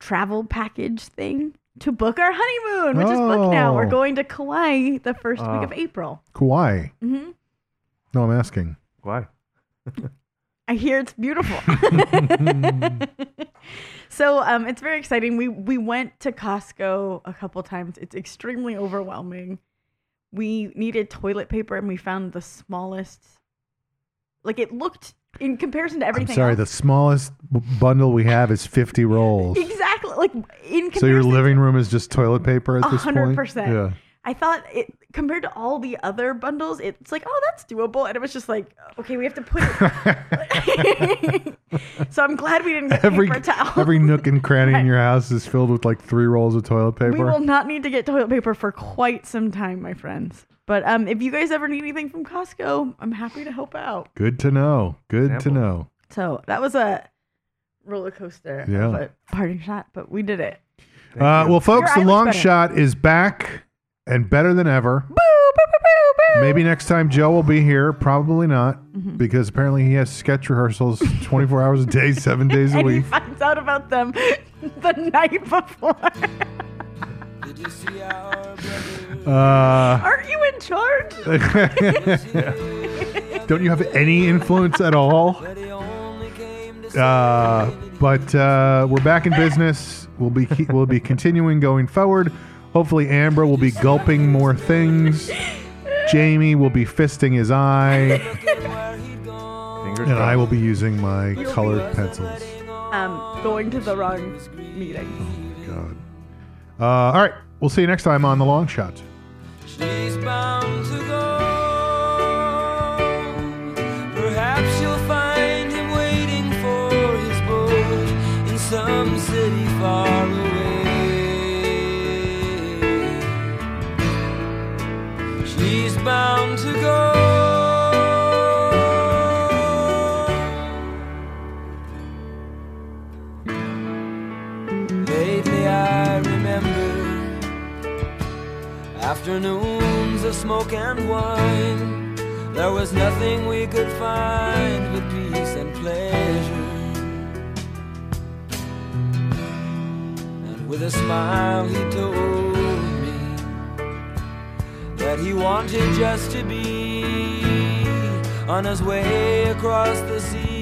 Speaker 3: travel package thing to book our honeymoon, which is booked now. We're
Speaker 2: Oh.
Speaker 3: going to Kauai the first
Speaker 4: Ah.
Speaker 3: week of April.
Speaker 2: Kauai.
Speaker 3: hmm
Speaker 2: No, I'm asking.
Speaker 4: Why?
Speaker 3: I hear it's
Speaker 2: (laughs)
Speaker 3: beautiful. (laughs) so um, it's very exciting. We we went to Costco a couple times. It's extremely overwhelming. We needed toilet paper and we found the smallest. Like it looked in comparison to
Speaker 2: I'm
Speaker 3: everything.
Speaker 2: sorry. The
Speaker 3: else,
Speaker 2: smallest b- bundle we have is 50 rolls.
Speaker 3: (laughs) exactly like in comparison.
Speaker 2: So your living room is just toilet paper at
Speaker 3: A
Speaker 2: this
Speaker 3: hundred
Speaker 2: point.
Speaker 3: percent. I thought it compared to all the other bundles, it's like, oh, that's doable. And it was just like, okay, we have to put
Speaker 2: (laughs)
Speaker 3: it. (laughs) so I'm glad we didn't get
Speaker 2: Every
Speaker 3: paper towels.
Speaker 2: (laughs) every nook and cranny in your house is filled with like three rolls of toilet paper.
Speaker 3: We will not need to get toilet paper for quite some time, my friends. But um, if you guys ever need anything from Costco, I'm happy to help out.
Speaker 2: Good to know. Good
Speaker 4: Example.
Speaker 2: to know.
Speaker 3: So that was a roller coaster
Speaker 2: Yeah.
Speaker 3: of a parting shot, but we did it.
Speaker 2: Uh, well, folks,
Speaker 3: Your
Speaker 2: the
Speaker 3: eye looks
Speaker 2: long
Speaker 3: better.
Speaker 2: shot is back and better than ever. Maybe next time Joe will be here. Probably not,
Speaker 3: Mm-hmm.
Speaker 2: because apparently he has sketch rehearsals 24 hours a day,
Speaker 3: (laughs)
Speaker 2: seven days a
Speaker 3: And he
Speaker 2: week.
Speaker 3: finds out about them (laughs) the night before. (laughs)
Speaker 2: Uh,
Speaker 3: Aren't you in charge?
Speaker 2: don't you have any influence at all? Uh, but uh, we're back in business. We'll be keep, we'll be continuing going forward. Hopefully, Amber will be gulping more things. Jamie will be fisting his eye.
Speaker 4: Fingers
Speaker 2: And I
Speaker 4: crossed.
Speaker 2: will be using my colored pencils.
Speaker 3: Um, going to the wrong meeting.
Speaker 2: God. Uh, all right. We'll see you next time on The Long Shot.
Speaker 7: She's bound to go. Perhaps you'll find him waiting for his boat in some city far away. She's bound to go. Lately, I remember Afternoons of smoke and wine. There was nothing we could find but peace and pleasure. And with a smile, he told me that he wanted just to be on his way across the sea